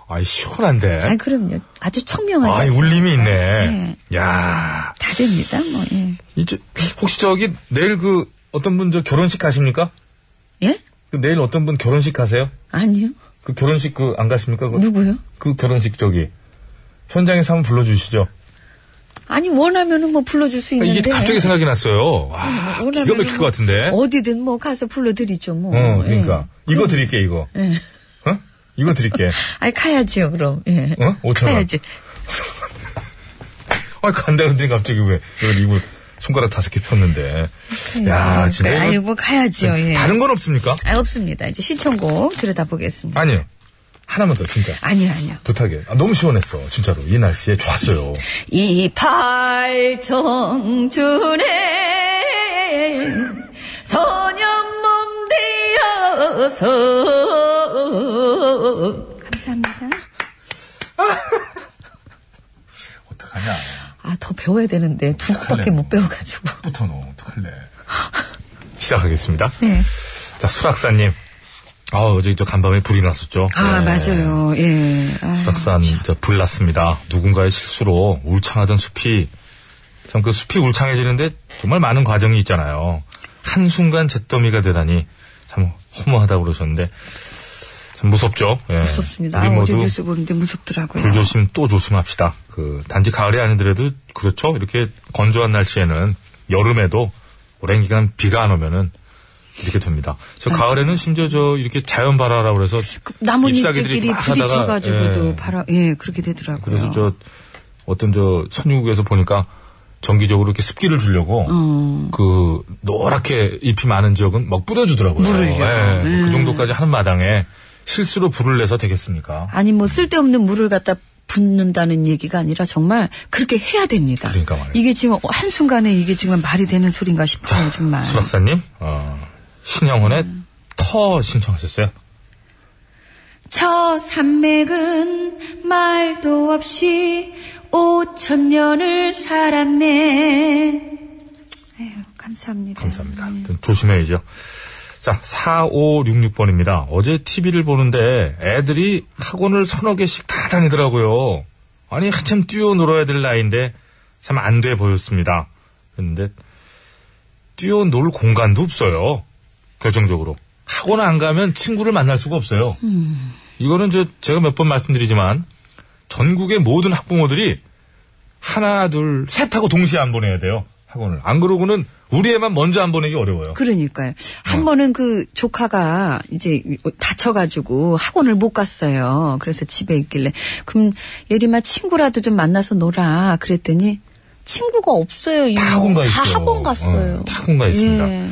아이, 시원한데.
아 그럼요. 아주 청명하죠.
아이, 울림이 있네.
네.
야
다 됩니다. 뭐 예.
이제, 혹시 저기, 내일 그, 어떤 분 저 결혼식 가십니까?
예?
그 내일 어떤 분 결혼식 가세요?
아니요.
그 결혼식 그, 안 가십니까? 그,
누구요?
그 결혼식 저기. 현장에서 한번 불러주시죠.
아니 원하면은 뭐 불러줄 수
이게
있는데.
갑자기 생각이 났어요. 와,
원하면은
기가 막힐 것
뭐
같은데.
어디든 뭐 가서 불러드리죠 뭐.
어,
예.
그러니까. 이거 드릴게, 이거.
예.
어? 이거 드릴게.
아니 가야지요 그럼. 예.
어? 5천 원.
가야지.
아, 간다는데 갑자기 왜, 이걸 입을 손가락 다섯 개 폈는데. 야, 진짜. 이거 네,
아니 뭐 가야지요. 예.
다른 건 없습니까?
아, 없습니다. 이제 신청곡 들여다보겠습니다.
아니요. 하나만 더, 진짜.
아니요, 아니요.
부탁해. 아, 너무 시원했어. 진짜로. 이 날씨에 좋았어요.
이팔 청춘의 소년 몸 되어서
감사합니다.
어떡하냐.
아, 더 배워야 되는데 두 곡밖에 못 배워가지고.
부터 너 어떡할래. 시작하겠습니다.
네.
자, 수락사님. 아 어제 저 간밤에 불이 났었죠.
아
네.
맞아요. 예. 아,
수락산 저 불났습니다. 누군가의 실수로 울창하던 숲이 참 그 숲이 울창해지는데 정말 많은 과정이 있잖아요. 한 순간 잿더미가 되다니 참 허무하다고 그러셨는데 참 무섭죠. 예.
무섭습니다.
우리
아, 어제
모두
뉴스 보는데 무섭더라고요.
불조심 또 조심합시다. 그 단지 가을이 아니더라도 그렇죠. 이렇게 건조한 날씨에는 여름에도 오랜 기간 비가 안 오면은 이렇게 됩니다. 저 가을에는 심지어 저 이렇게 자연 발화라 그래서 잎사귀들이
아, 나뭇잎들끼리
막 하다가,
부딪혀가지고도
예.
바라 예 그렇게 되더라고요.
그래서 저 어떤 저 선유국에서 보니까 정기적으로 이렇게 습기를 주려고
음.
그 노랗게 잎이 많은 지역은 막 뿌려주더라고요.
물을요? 네.
예, 뭐그 정도까지 하는 마당에 실수로 불을 내서 되겠습니까?
아니 뭐 쓸데없는 물을 갖다 붓는다는 얘기가 아니라 정말 그렇게 해야 됩니다.
그러니까 말이에요.
이게 지금 한 순간에 이게 지금 말이 되는 소린가 싶어요 정말.
수락사님, 어, 신영훈의 터 신청하셨어요?
저 산맥은 말도 없이 오천 년을 살았네.
감사합니다.
네.
감사합니다. 아무튼 조심해야죠. 자, 4566번입니다. 어제 TV를 보는데 애들이 학원을 서너 개씩 다 다니더라고요. 아니, 한참 뛰어놀아야 될 나이인데 참 안 돼 보였습니다. 그런데 뛰어놀 공간도 없어요. 결정적으로. 학원 안 가면 친구를 만날 수가 없어요. 이거는 저 제가 몇 번 말씀드리지만 전국의 모든 학부모들이 하나, 둘, 셋 하고 동시에 안 보내야 돼요. 학원을. 안 그러고는 우리 애만 먼저 안 보내기 어려워요.
그러니까요. 한
어.
번은 그 조카가 이제 다쳐가지고 학원을 못 갔어요. 그래서 집에 있길래 그럼 예림아 친구라도 좀 만나서 놀아. 그랬더니 친구가 없어요. 이모.
다 학원 가 있죠.
예. 다 학원 갔어요.
어, 다 학원 가 있습니다.
예.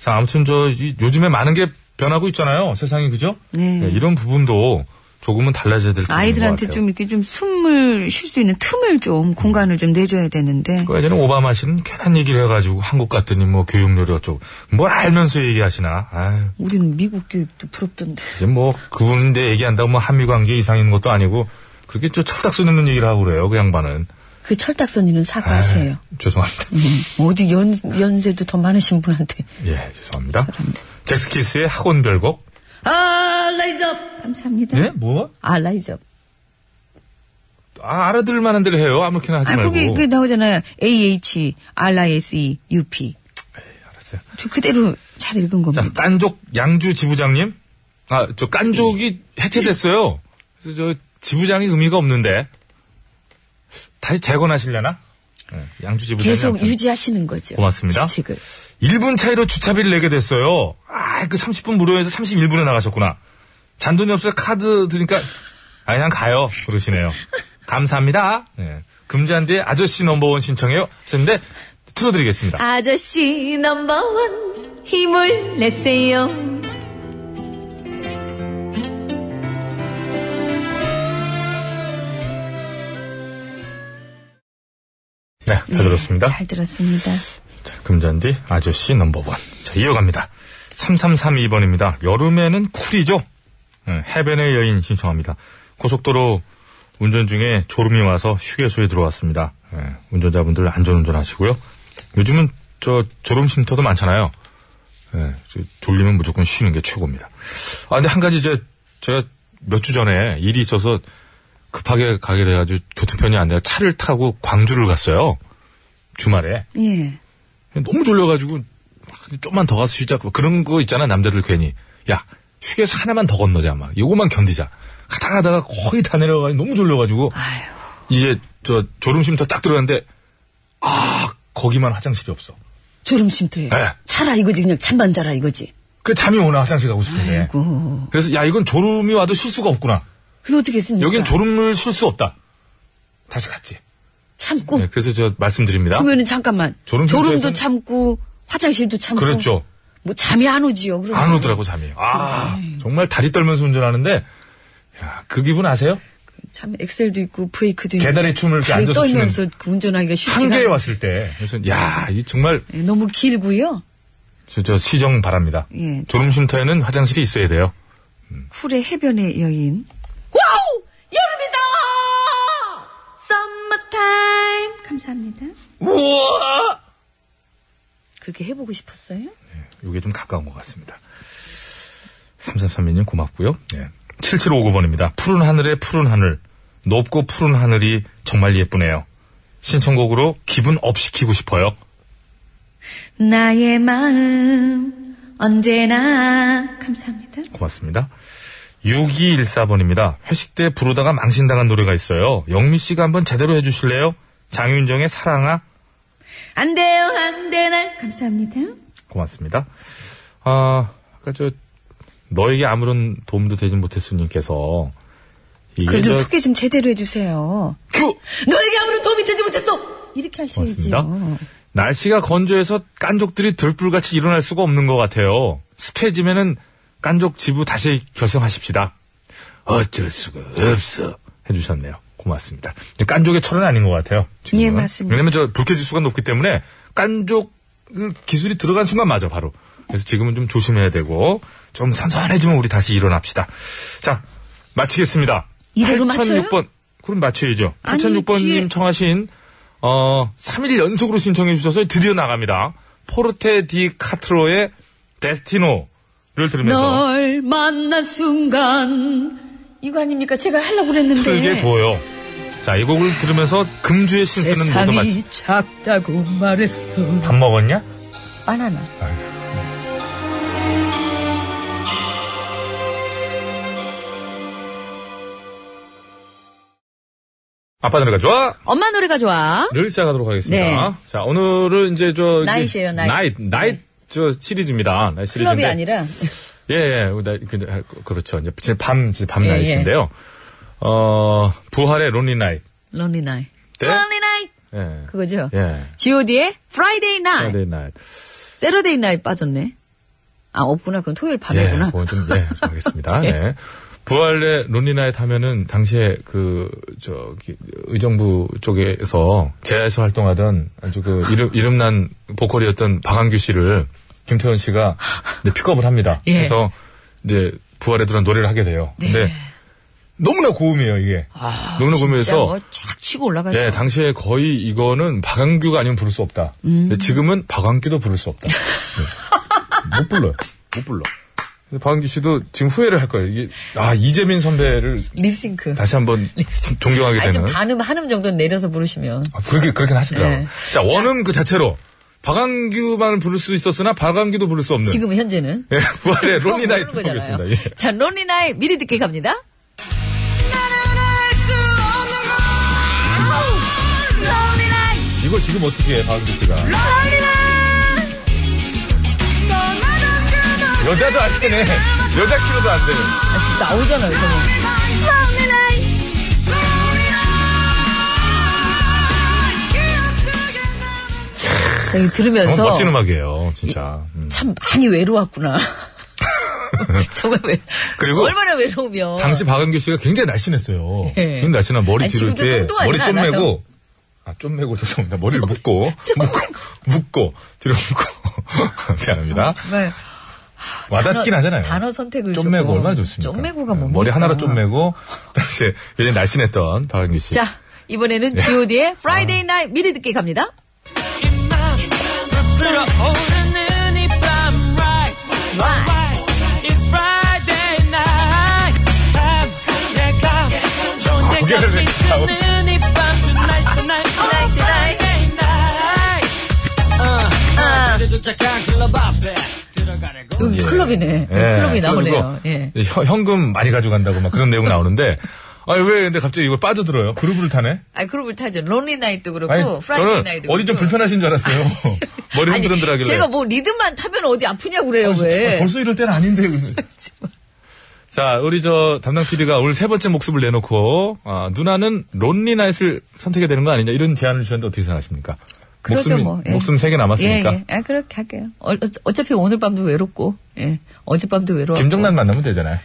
자, 아무튼 저 이- 요즘에 많은 게 변하고 있잖아요. 세상이 그죠?
네.
네, 이런 부분도 조금은 달라져야 될 부분인 것
아이들한테
같아요.
좀 이렇게 좀 숨을 쉴 수 있는 틈을 좀 공간을 좀 내줘야 되는데.
그 예전에 오바마 씨는 괜한 얘기를 해가지고 한국 갔더니 뭐 교육열이 어쩌고 뭘 알면서 얘기하시나. 아유,
우리는 미국 교육도 부럽던데.
이제 뭐 그분인데 얘기한다고 뭐 한미 관계 이상 있는 것도 아니고 그렇게 저 철딱 쓰는 눈 얘기를 하고 그래요. 그 양반은.
그 철딱선이는 사과하세요. 음.
아유, 죄송합니다.
어디 연, 연세도 더 많으신 분한테.
예, 죄송합니다. 잭스키스의 학원 별곡.
아, 라이즈업! 감사합니다.
예? 뭐?
아, 라이즈업.
아, 알아들을 만한 데를 해요. 아무렇게나 하지
아,
말고.
거기 그 나오잖아요. AH, RISE, UP.
알았어요.
저 그대로 잘 읽은
자, 네,
겁니다.
깐족 양주 지부장님. 아, 저 깐족이 해체됐어요. 그래서 저 지부장이 의미가 없는데. 다시 재건하시려나? 예, 양주 지부장이.
계속
아무튼
유지하시는 거죠.
고맙습니다.
책을.
1분 차이로 주차비를 내게 됐어요. 아, 그 30분 무료에서 31분에 나가셨구나. 잔돈이 없어서 카드 드니까, 아, 그냥 가요. 그러시네요. 감사합니다. 예. 금잔디의 아저씨 넘버원 신청해요. 하셨는데, 틀어드리겠습니다.
아저씨 넘버원 힘을 내세요.
네, 잘 들었습니다.
잘 들었습니다.
자, 금잔디 아저씨 넘버원. 자, 이어갑니다. 3332번입니다. 여름에는 쿨이죠? 예, 해변의 여인 신청합니다. 고속도로 운전 중에 졸음이 와서 휴게소에 들어왔습니다. 예, 운전자분들 안전운전 하시고요. 요즘은 저 졸음 쉼터도 많잖아요. 예, 저 졸리면 무조건 쉬는 게 최고입니다. 아, 근데 한 가지 제, 제가 몇 주 전에 일이 있어서 급하게 가게 돼가지고 교통편이 안 돼서 차를 타고 광주를 갔어요. 주말에.
예.
너무 졸려가지고 막 좀만 더 가서 쉬자 뭐 그런 거 있잖아 남자들 괜히 야 휴게소 하나만 더 건너자 막 요거만 견디자 가다 가다가 거의 다 내려가니 너무 졸려가지고 이제 저 졸음쉼터 딱 들어갔는데 아 거기만 화장실이 없어
졸음쉼터에.
네.
자라 이거지. 그냥 잠만 자라 이거지.
그 잠이 오나 화장실 가고 싶은데
아이고.
그래서 야 이건 졸음이 와도 쉴 수가 없구나
그래서 어떻게 했습니까?
여긴 졸음을 쉴 수 없다 다시 갔지
참고.
네, 그래서 저 말씀드립니다
어. 그러면은 잠깐만.
졸음쉼터에서는-
도 참고, 화장실도 참고.
그렇죠
뭐 잠이 안 오지요. 그러면.
안 오더라고 잠이 아 정말 다리 떨면서 운전하는데 야 그 기분 아세요?
참 엑셀도 있고 브레이크도 있고.
계단에 춤을 이렇게
다리
앉아서
떨면서 그 운전하기가 쉽지 않아요.
한계에 왔을 때. 그래서 야, 이 정말
예, 너무 길고요.
저, 저 시정 바랍니다.
예.
졸음쉼터에는 화장실이 있어야 돼요.
쿨의 해변의 여인. 와우! 여름이다! 썸머타임! 감사합니다.
우와!
그렇게 해보고 싶었어요?
이게 좀 가까운 것 같습니다. 3332님 고맙고요. 예. 7759번입니다. 푸른 하늘에 푸른 하늘. 높고 푸른 하늘이 정말 예쁘네요. 신청곡으로 기분 업 시키고 싶어요.
나의 마음 언제나 감사합니다.
예, 고맙습니다. 6214번입니다. 회식 때 부르다가 망신당한 노래가 있어요. 영미 씨가 한번 제대로 해주실래요? 장윤정의 사랑아
안 돼요, 안 돼, 날 감사합니다.
고맙습니다. 아, 아까 저, 너에게 아무런 도움도 되지 못했으님께서, 이게
그럼 좀
저,
소개 좀 제대로 해주세요.
큐!
너에게 아무런 도움이 되지 못했어! 이렇게 하셔야지요.
고맙습니다. 날씨가 건조해서 깐족들이 들불같이 일어날 수가 없는 것 같아요. 습해지면은 깐족 지부 다시 결성하십시다. 어쩔 수가 없어. 해주셨네요. 고맙습니다. 근데 깐족의 철은 아닌 것 같아요. 지금은.
예, 맞습니다.
왜냐면 저 불쾌지수가 높기 때문에 깐족 기술이 들어간 순간 맞아, 바로. 그래서 지금은 좀 조심해야 되고, 좀 선선해지면 우리 다시 일어납시다. 자, 마치겠습니다.
이대로
8006번. 그럼 맞춰야죠.
아니,
8006번님
뒤에-
청하신, 어, 3일 연속으로 신청해주셔서 드디어 나갑니다. 포르테 디 카트로의 데스티노를 들으면서
널 만난 순간. 이거 아닙니까? 제가 하려고 그랬는데.
틀게 보여. 자, 이 곡을 들으면서 금주의 신스는 모두 마치.
세상이 작다고 말했어.
밥 먹었냐?
바나나.
아빠 노래가 좋아!
엄마 노래가 좋아.
를 시작하도록 하겠습니다.
네.
자, 오늘은 이제 저. 이게
나잇이에요, 나잇.
나잇, 나잇 저 시리즈입니다. 나잇 시리즈인데.
클럽이 아니라
예, 예. 나- 그- 아, 그- 그렇죠. 이제 제 밤, 이제 밤
예,
나잇인데요. 어, 부활의 론리 나잇.
론리 나이.
때?
론리 나이
예.
그거죠.
예.
G.O.D의 Friday Night.
프라이데이 나잇.
세러데이 나이 빠졌네. 아 없구나. 그건 토요일
예,
밤이구나.
그건 좀, 예, 좀 하겠습니다. 예. 부활의 론리나잇 하면은 당시에 그 저기 의정부 쪽에서 제야에서 활동하던 아주 그 이름 이름난 보컬이었던 박한규 씨를 김태현 씨가 이제 픽업을 합니다.
예. 네.
그래서 이제 부활의 들은 노래를 하게 돼요. 근데 너무나 고음이에요 이게. 너무나
아, 진짜
고음에서
뭐쫙 치고 올라가요.
예, 당시에 거의 이거는 박완규가 아니면 부를 수 없다. 근데 지금은 박완규도 부를 수 없다. 예. 못 불러요. 못 불러. 근데 박완규 씨도 지금 후회를 할 거예요. 이게, 아, 이재민 선배를
립싱크.
다시 한번 존경하게
아니 좀
되는.
반음 한음 정도 는 내려서 부르시면.
아, 그렇게, 그렇긴 하시더라고요.
네.
자, 원음 그 자체로 박완규만 부를 수 있었으나 박완규도 부를 수 없는.
지금 현재는. 뭐
예, 부활의 론리 나이트
그거 모르는
보겠습니다.
거잖아요.
예.
자, 론리 나이 미리 듣게 갑니다.
이걸 지금 어떻게 해, 박완규 씨가. 여자도 안 되네. 여자 키로도 안 되네.
나오잖아요, 저는. 이
너무
들으면서
멋진 음악이에요, 진짜. 음.
참 많이 외로웠구나. 정말 외
그리고
얼마나 외로우면
당시 박은규 씨가 굉장히 날씬했어요.
예.
굉장히 날씬한 머리
아니,
뒤로
지금도
이렇게
뚱뚱하진
머리 좀
않아요.
메고 아, 좀 메고 죄송합니다. 머리를 묶고 묶고 묶고 뒤로 묶고 미안합니다.
정말
와닿긴
단어-
하잖아요.
단어 선택을
좀
조금.
메고 얼마나 좋습니까?
좀 메고가
네,
뭡니까?
머리 하나로 좀 메고 당시에 굉장히 날씬했던 박은규 씨.
자
예.
이번에는
아.
G.O.D의 Friday Night 미리 듣게 갑니다. 그러니까
고개를 왜 아,
여기
예.
클럽이네.
예,
클럽이 나오네요.
그리고
예.
현- 현금 많이 가져간다고 막 그런 내용 나오는데 아니 왜 근데 갑자기 이거 빠져들어요? 그룹을 타네?
아니 그룹을 타죠. 론리 나이도 그렇고
아니
프라이데이
저는
나이도
어디 좀 불편하신 줄 알았어요. 머리
아니,
흔들흔들하길래.
제가 뭐 리듬만 타면 어디 아프냐고 그래요 왜?
벌써 이럴 때는 아닌데. 자, 우리 저 담당 PD가 오늘 세 번째 목숨을 내놓고 아, 누나는 론리 나잇을 선택해야 되는 거 아니냐 이런 제안을 주셨는데 어떻게 생각하십니까?
그러죠,
목숨이-
뭐, 예.
목숨 세 개 남았으니까
예, 예. 아, 그렇게 할게요. 어, 차피 오늘 밤도 외롭고, 예. 어젯밤도 외로워.
김정란 만나면 되잖아요.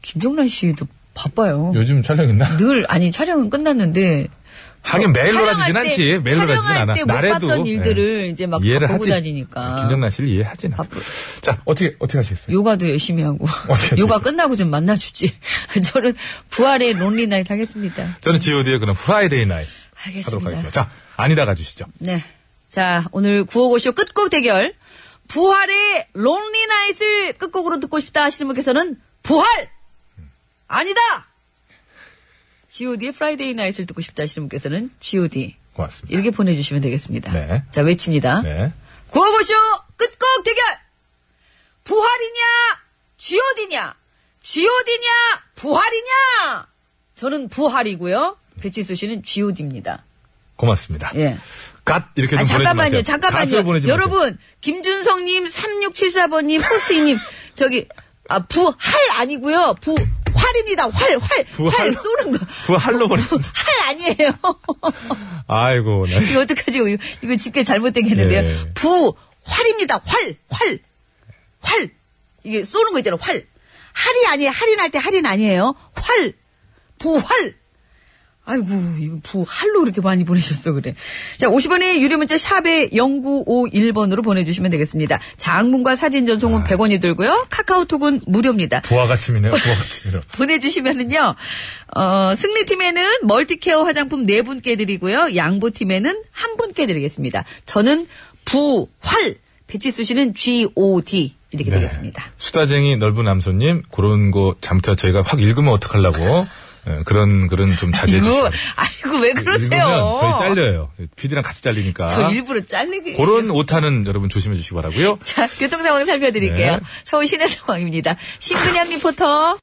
김정란 씨도 바빠요.
요즘 촬영 있나?
늘, 아니, 촬영은 끝났는데.
하긴 매일
뭐, 촬영할
놀아주진
때-
않지. 매일 놀아주진
촬영할
않아.
때못
날에도
봤던
예.
일들을 이제 막다
이해를
보고
하지. 아,
다니니까.
김정란 씨를 이해하진 않아.
바쁘-
자, 어떻게 어떻게 하시겠어요?
요가도 열심히 하고.
어떻게
요가
하시겠어요?
끝나고 좀 만나주지. 저는 부활의 론리 나이트 하겠습니다.
저는 G.O.D의 그런 프라이데이 나잇 하도록
하겠습니다.
하겠습니다. 자, 아니다 가주시죠.
네. 자, 오늘 955쇼 끝곡 대결. 부활의 론리 나잇을 끝곡으로 듣고 싶다 하시는 분께서는 부활! 아니다! god의 프라이데이 나잇을 듣고 싶다 하시는 분께서는 god.
고맙습니다.
이렇게 보내주시면 되겠습니다.
네.
자, 외칩니다.
네.
955쇼 끝곡 대결! 부활이냐? god냐? god냐? 부활이냐? 저는 부활이고요. 배치수 씨는 god입니다.
고맙습니다.
예.
갓 이렇게 좀
아니,
보내지 마세요.
잠깐만요,
갓으로
잠깐만요.
보내지 마세요.
여러분, 김준성님, 3674번님, 포스트님, 저기, 아, 부할 아니고요 부, 활입니다. 활, 활,
부활?
활 쏘는 거.
부활로 보내.
어. 활 아니에요.
아이고, 나
이거 어떡하지? 이거, 이거 집계 잘못되겠는데요.
예.
부, 활입니다. 활, 활, 활. 이게 쏘는 거 있잖아요. 활. 할이 아니에요. 할인할 때 할인 아니에요. 활. 부활. 아이고, 이거 부할로 이렇게 많이 보내셨어, 그래. 자, 50원의 유료문자 샵에 0951번으로 보내주시면 되겠습니다. 장문과 사진 전송은 100원이 들고요. 카카오톡은 무료입니다.
부하 가침이네요. 부하 가침이라.
보내주시면은요, 어, 승리팀에는 멀티케어 화장품 네 분께 드리고요, 양보팀에는 한 분께 드리겠습니다. 저는 부, 활, 배치수 씨는 GOD. 이렇게
네.
되겠습니다.
수다쟁이 넓은 암소님 그런 거 잘못해 저희가 확 읽으면 어떡하려고 예, 그런 그런 좀 자제해
아이고,
주시고.
아이고, 왜 그러세요?
읽으면 저희 잘려요. 피디랑 같이 잘리니까.
저 일부러 잘리게.
그런 오타는 여러분 조심해 주시기 바라고요.
자, 교통 상황 살펴드릴게요.
네.
서울 시내 상황입니다. 신근양 리포터.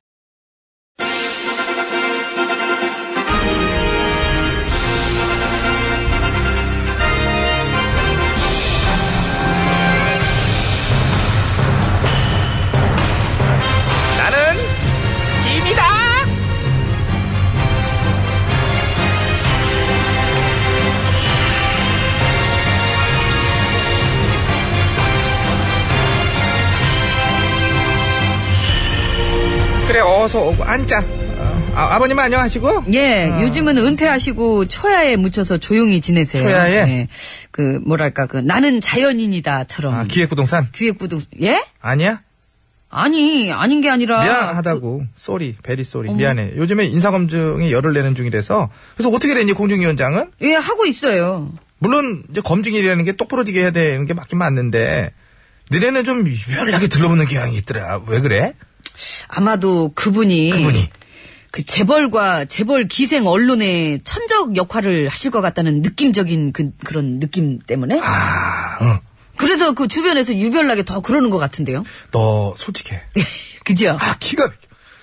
그래 어서 오고 앉자. 아, 아버님 안녕하시고.
예,
아.
요즘은 은퇴하시고 초야에 묻혀서 조용히 지내세요.
초야에?
예. 그 뭐랄까 그 나는 자연인이다처럼
아 기획부동산
기획부동 예?
아니야?
아니 아닌 게 아니라
미안하다고. 쏘리 베리 쏘리 미안해. 요즘에 인사검증에 열을 내는 중이라서 그래서 어떻게 됐니 공중위원장은?
예 하고 있어요.
물론 이제 검증이라는 게 똑부러지게 해야 되는 게 맞긴 맞는데 너네는 좀 유별나게 들러붙는 경향이 있더라. 왜 그래?
아마도 그분이
그분이
그 재벌과 재벌 기생 언론의 천적 역할을 하실 것 같다는 느낌적인 그 그런 느낌 때문에
아, 응.
그래서 그 주변에서 유별나게 더 그러는 것 같은데요.
너 솔직해.
그죠?
아 기가 막혀.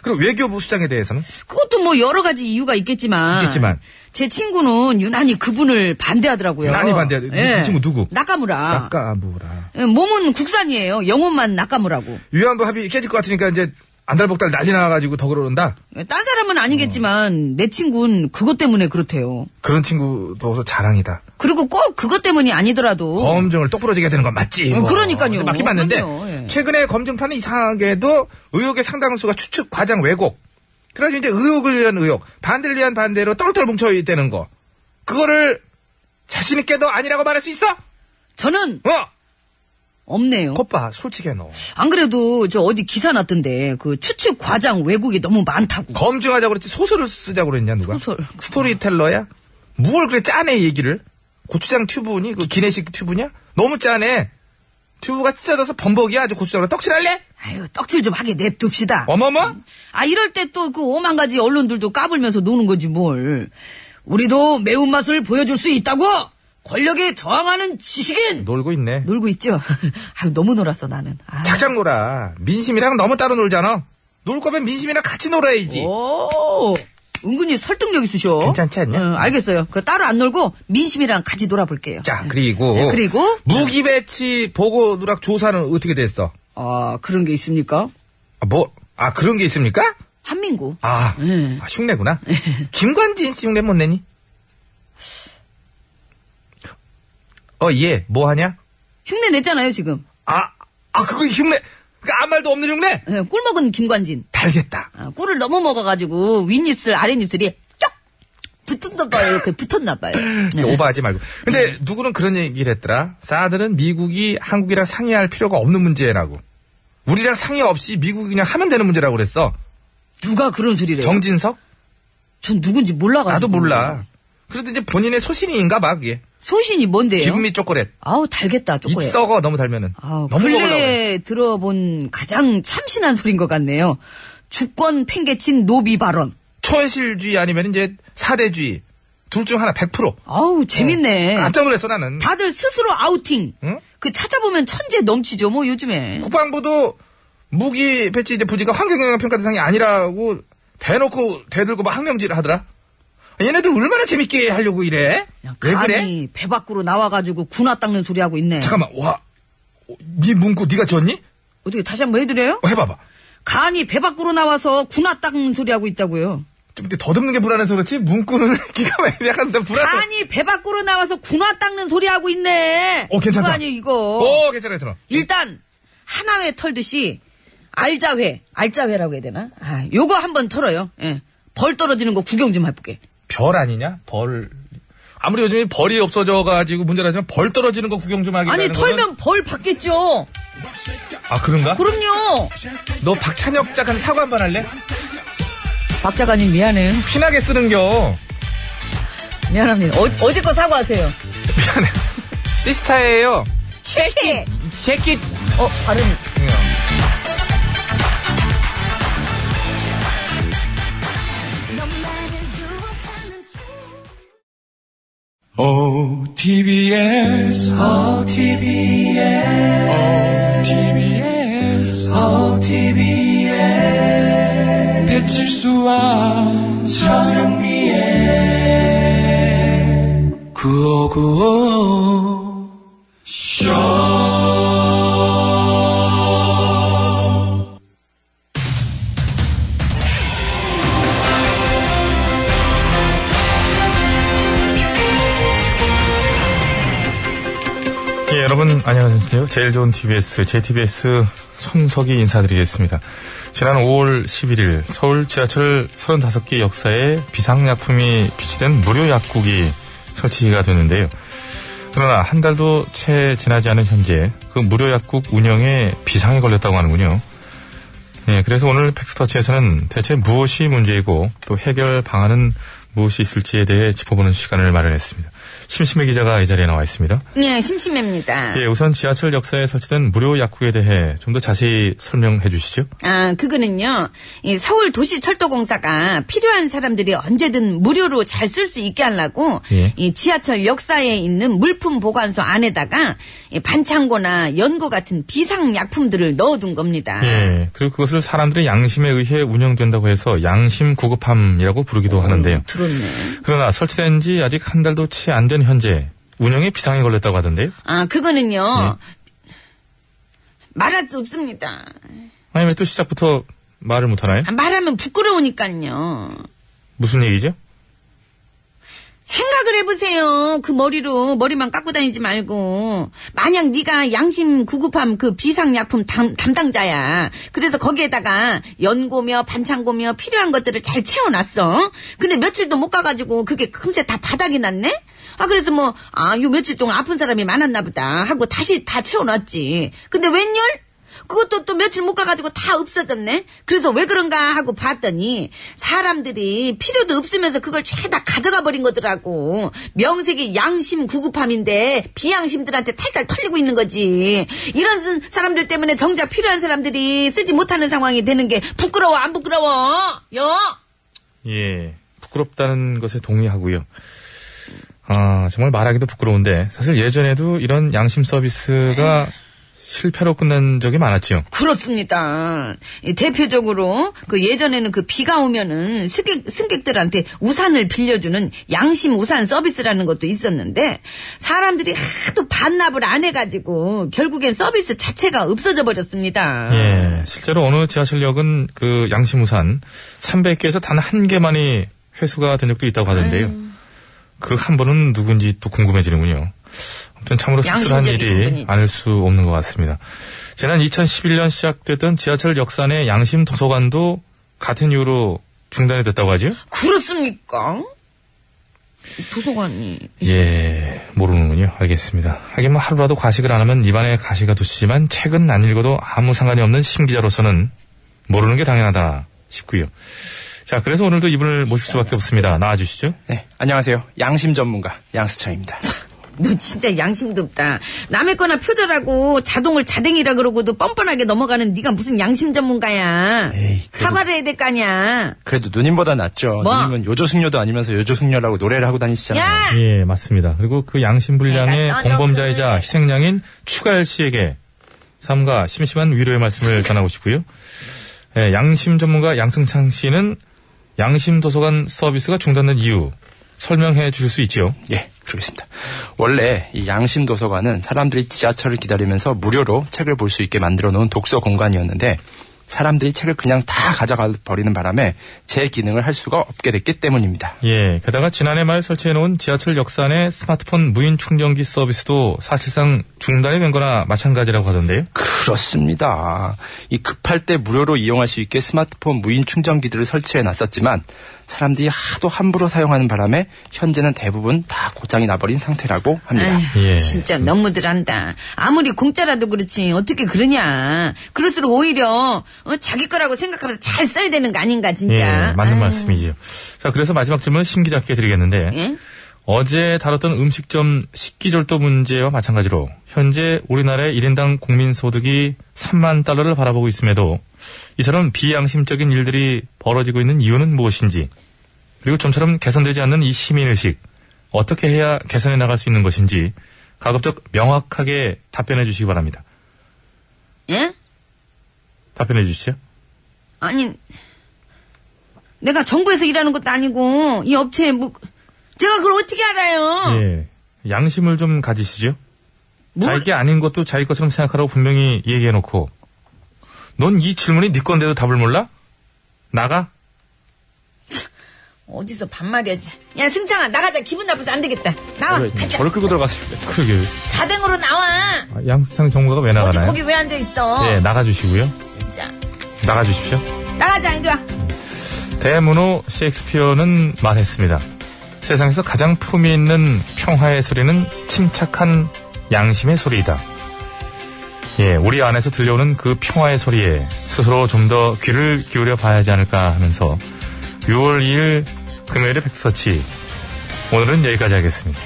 그리고 외교부 수장에 대해서는
그것도 뭐 여러 가지 이유가 있겠지만.
있겠지만.
제 친구는 유난히 그분을 반대하더라고요. 예.
유난히 반대하- 이- 이 친구 누구?
나카무라.
아까무라
예, 몸은 국산이에요. 영혼만 나카무라고.
위안부 합의 깨질 것 같으니까 이제 안달복달 난리 나가지고 더 그러는다.
예, 딴 사람은 아니겠지만 내 친구는 그것 때문에 그렇대요.
그런 친구도 자랑이다.
그리고 꼭 그것 때문이 아니더라도
검증을 똑부러지게 되는 건 맞지.
어,
뭐.
그러니까요.
맞긴 맞는데
그럼요, 예.
최근에 검증판은 이상하게도 의혹의 상당수가 추측 과장 왜곡. 그래가지고 이제 의혹을 위한 의혹, 반대를 위한 반대로 똘똘 뭉쳐 있다는 거. 그거를 자신 있게 너 아니라고 말할 수 있어?
저는
어?
없네요.
겉봐 솔직해 너.
안 그래도 저 어디 기사 났던데 그 추측 과장 왜곡이 너무 많다고.
검증하자고 그랬지 소설을 쓰자고 그랬냐 누가?
소설.
스토리텔러야? 뭘 그래 짜네 얘기를? 고추장 튜브니? 그 기내식 튜브냐? 너무 짜네. 튜브가 찢어져서 범벅이야. 아주 고추장으로 떡칠할래?
아유 떡칠 좀 하게 냅둡시다.
어머머?
아 이럴 때 또 그 오만 가지 언론들도 까불면서 노는 거지 뭘. 우리도 매운맛을 보여줄 수 있다고 권력에 저항하는 지식인
놀고 있네.
놀고 있죠. 아유 너무 놀았어 나는. 아.
작작 놀아. 민심이랑 너무 따로 놀잖아. 놀 거면 민심이랑 같이 놀아야지.
오 은근히 설득력 있으셔.
괜찮지 않냐?
응, 알겠어요. 그 따로 안 놀고 민심이랑 같이 놀아볼게요.
자 그리고
네, 그리고
무기 배치 보고 누락 조사는 어떻게 됐어?
아 그런 게 있습니까?
아, 뭐? 아 그런 게 있습니까?
한민구.
아,
예.
아, 흉내구나. 김관진 씨 흉내 못 내니? 어, 예, 뭐 하냐?
흉내 냈잖아요 지금.
아, 아, 그거 흉내. 그 아무 말도 없는 흉내?
예, 꿀 먹은 김관진.
달겠다.
아, 꿀을 너무 먹어가지고 윗입술 아랫입술이 쩍 붙었나 봐요. 이렇게 붙었나 봐요. 네.
오버하지 말고. 근데 누구는 그런 얘기를 했더라. 사들은 미국이 한국이랑 상의할 필요가 없는 문제라고. 우리랑 상의 없이 미국이 그냥 하면 되는 문제라고 그랬어.
누가 그런 소리를 해요?
정진석?
전 누군지 몰라가지고.
나도 몰라. 그래도 이제 본인의 소신인가 봐, 그게.
소신이 뭔데요?
기분이 초콜릿.
아우 달겠다
입
초콜릿.
썩어, 너무 달면은.
예. 아우,
너무 먹으려고 해.
근래에 들어본 가장 참신한 소린 것 같네요. 주권 팽개친 노비 발언.
초현실주의 아니면 이제 사대주의 둘 중 하나 100%
아우 재밌네.
깜짝 놀랐어 나는
다들 스스로 아우팅.
응?
그 찾아보면 천재 넘치죠 뭐 요즘에.
국방부도 무기 배치 이제 부지가 환경영향 평가 대상이 아니라고 대놓고 대들고 막 항명질 하더라 얘네들 얼마나 재밌게 하려고 이래
그냥
왜
감히
그래
배 밖으로 나와가지고 군화 닦는 소리 하고 있네.
잠깐만 와네 문구 네가 졌니
어떻게 다시 한번 해드려요?
어, 해봐봐
간이 배 밖으로 나와서 군화 닦는 소리 하고 있다고요.
좀 이렇게 더듬는 게 불안해서 그렇지 문구는 기가 막히게 약간 더 불안해
간이 배 밖으로 나와서 군화 닦는 소리 하고 있네.
어, 괜찮다. 어.
이거 아니에요 이거.
오 괜찮아 괜찮아
일단 하나회 털듯이 알자회, 알자회라고 해야 되나? 아, 요거 한번 털어요. 예. 벌 떨어지는 거 구경 좀 해보게.
벌 아니냐 벌 아무리 요즘에 벌이 없어져가지고 문제라지만 벌 떨어지는 거 구경 좀 하겠다는
아니
거는-
털면 벌 받겠죠.
아 그런가?
그럼요.
너 박찬혁 작가는 사과 한 번 할래?
박 작가님 미안해요.
피나게 쓰는겨
미안합니다. 어, 제거 사과하세요.
미안해 시스타예요
쉐키.
새끼
어 발음.
너만을 유혹하는 중
어, OTBS, 어, OTBS, OTBS, OTBS, 배칠수와 저녁미에 9595
예,
여러분 안녕하세요. 제일 좋은 TBS, JTBS 손석희 인사드리겠습니다. 지난 5월 11일 서울 지하철 35개 역사에 비상약품이 비치된 무료 약국이 설치가 됐는데요. 그러나 한 달도 채 지나지 않은 현재 그 무료 약국 운영에 비상이 걸렸다고 하는군요. 예, 그래서 오늘 팩스터치에서는 대체 무엇이 문제이고 또 해결 방안은 무엇이 있을지에 대해 짚어보는 시간을 마련했습니다. 심심해 기자가 이 자리에 나와 있습니다.
예, 심심합니다.
예, 우선 지하철 역사에 설치된 무료 약국에 대해 좀 더 자세히 설명해 주시죠.
아, 그거는요. 이 서울 도시철도공사가 필요한 사람들이 언제든 무료로 잘 쓸 수 있게 하려고
예.
이 지하철 역사에 있는 물품 보관소 안에다가 이 반창고나 연고 같은 비상 약품들을 넣어둔 겁니다.
예, 그리고 그것을 사람들의 양심에 의해 운영된다고 해서 양심 구급함이라고 부르기도 하는데요.
들었네.
그러나 설치된 지 아직 한 달도 채 안 된 현재 운영에 비상이 걸렸다고 하던데요.
아, 그거는요.
예.
말할 수 없습니다.
아니, 왜 또 시작부터 말을 못하나요?
아, 말하면 부끄러우니까요.
무슨 얘기죠?
생각을 해보세요. 그 머리로 머리만 깎고 다니지 말고 만약 네가 양심 구급함 그 비상약품 담, 당자야 그래서 거기에다가 연고며 반창고며 필요한 것들을 잘 채워놨어. 근데 며칠도 못 가가지고 그게 금세 다 바닥이 났네. 아 그래서 뭐 아 요 며칠 동안 아픈 사람이 많았나 보다 하고 다시 다 채워놨지. 근데 웬열? 그것도 또 며칠 못 가가지고 다 없어졌네? 그래서 왜 그런가 하고 봤더니, 사람들이 필요도 없으면서 그걸 죄다 가져가 버린 거더라고. 명색이 양심 구급함인데, 비양심들한테 탈탈 털리고 있는 거지. 이런 쓴 사람들 때문에 정작 필요한 사람들이 쓰지 못하는 상황이 되는 게 부끄러워, 안 부끄러워? 요!
예, 부끄럽다는 것에 동의하고요. 아, 정말 말하기도 부끄러운데 사실 예전에도 이런 양심 서비스가 실패로 끝난 적이 많았지요.
그렇습니다. 이 대표적으로 그 예전에는 그 비가 오면은 승객, 승객들한테 우산을 빌려주는 양심 우산 서비스라는 것도 있었는데 사람들이 하도 반납을 안 해가지고 결국엔 서비스 자체가 없어져 버렸습니다.
예, 실제로 어느 지하철역은 그 양심우산 300개에서 단 한 개만이 회수가 된 적도 있다고 하던데요. 그 한 번은 누군지 또 궁금해지는군요. 아무튼 참으로 씁쓸한
양심적이신
일이
분이죠.
아닐 수 없는 것 같습니다. 지난 2011년 시작됐던 지하철 역산의 양심 도서관도 같은 이유로 중단이 됐다고 하죠?
그렇습니까? 도서관이
예, 모르는군요. 알겠습니다. 하긴 뭐 하루라도 과식을 안 하면 입안에 가시가 도시지만 책은 안 읽어도 아무 상관이 없는 심기자로서는 모르는 게 당연하다 싶고요. 자, 그래서 오늘도 이분을 모실 수밖에 없습니다. 나와주시죠.
네, 안녕하세요. 양심 전문가 양수창입니다.
너 진짜 양심도 없다. 남의 거나 표절하고 자동을 자댕이라 그러고도 뻔뻔하게 넘어가는 네가 무슨 양심 전문가야.
에이, 그래도-
사과를 해야 될 거 아니야.
그래도 누님보다 낫죠.
뭐?
누님은 요조승려도 아니면서 요조승려라고 노래를 하고 다니시잖아요.
야!
예, 맞습니다. 그리고 그 양심불량의
내가 떠놓고는-
공범자이자 희생양인 추가열 씨에게 삼가 심심한 위로의 말씀을 전하고 싶고요. 예, 양심 전문가 양승창 씨는 양심 도서관 서비스가 중단된 이유 설명해 주실 수 있죠.
예, 그러겠습니다. 원래 이 양심 도서관은 사람들이 지하철을 기다리면서 무료로 책을 볼 수 있게 만들어 놓은 독서 공간이었는데 사람들이 책을 그냥 다 가져가 버리는 바람에 제 기능을 할 수가 없게 됐기 때문입니다.
예, 게다가 지난해 말 설치해놓은 지하철 역산의 스마트폰 무인 충전기 서비스도 사실상 중단이 된 거나 마찬가지라고 하던데요.
그렇습니다. 이 급할 때 무료로 이용할 수 있게 스마트폰 무인 충전기들을 설치해 놨었지만 사람들이 하도 함부로 사용하는 바람에 현재는 대부분 다 고장이 나버린 상태라고 합니다.
에휴,
예.
진짜 너무들 한다. 아무리 공짜라도 그렇지 어떻게 그러냐. 그럴수록 오히려 어, 자기 거라고 생각하면서 잘 써야 되는 거 아닌가 진짜.
예, 맞는
아유.
말씀이지요. 자, 그래서 마지막 질문 은 심기자께 드리겠는데
예?
어제 다뤘던 음식점 식기절도 문제와 마찬가지로 현재 우리나라의 1인당 국민소득이 3만 달러를 바라보고 있음에도 이처럼 비양심적인 일들이 벌어지고 있는 이유는 무엇인지 그리고 좀처럼 개선되지 않는 이 시민의식 어떻게 해야 개선해 나갈 수 있는 것인지 가급적 명확하게 답변해 주시기 바랍니다.
예?
답변해 주시죠.
아니 내가 정부에서 일하는 것도 아니고 이 업체에 뭐 제가 그걸 어떻게 알아요?
예. 양심을 좀 가지시죠.
뭘-
자기 게 아닌 것도 자기 것처럼 생각하라고 분명히 얘기해놓고 넌 이 질문이 네 건데도 답을 몰라? 나가?
어디서 반말이야지. 야, 승창아, 나가자. 기분 나빠서 안 되겠다. 나와. 가자.
저를 네, 끌고 들어가세요.
그러게.
자댕으로 나와.
아, 양수창 정보가 왜
어디
나가나요?
거기 왜 앉아 있어?
예.
네, 나가주시고요.
자,
나가주십시오.
나가자. 이리 와.
대문호 셰익스피어는 말했습니다. 세상에서 가장 품이 있는 평화의 소리는 침착한 양심의 소리이다. 예, 우리 안에서 들려오는 그 평화의 소리에 스스로 좀 더 귀를 기울여 봐야 하지 않을까 하면서 6월 2일 금요일의 백서치 오늘은 여기까지 하겠습니다.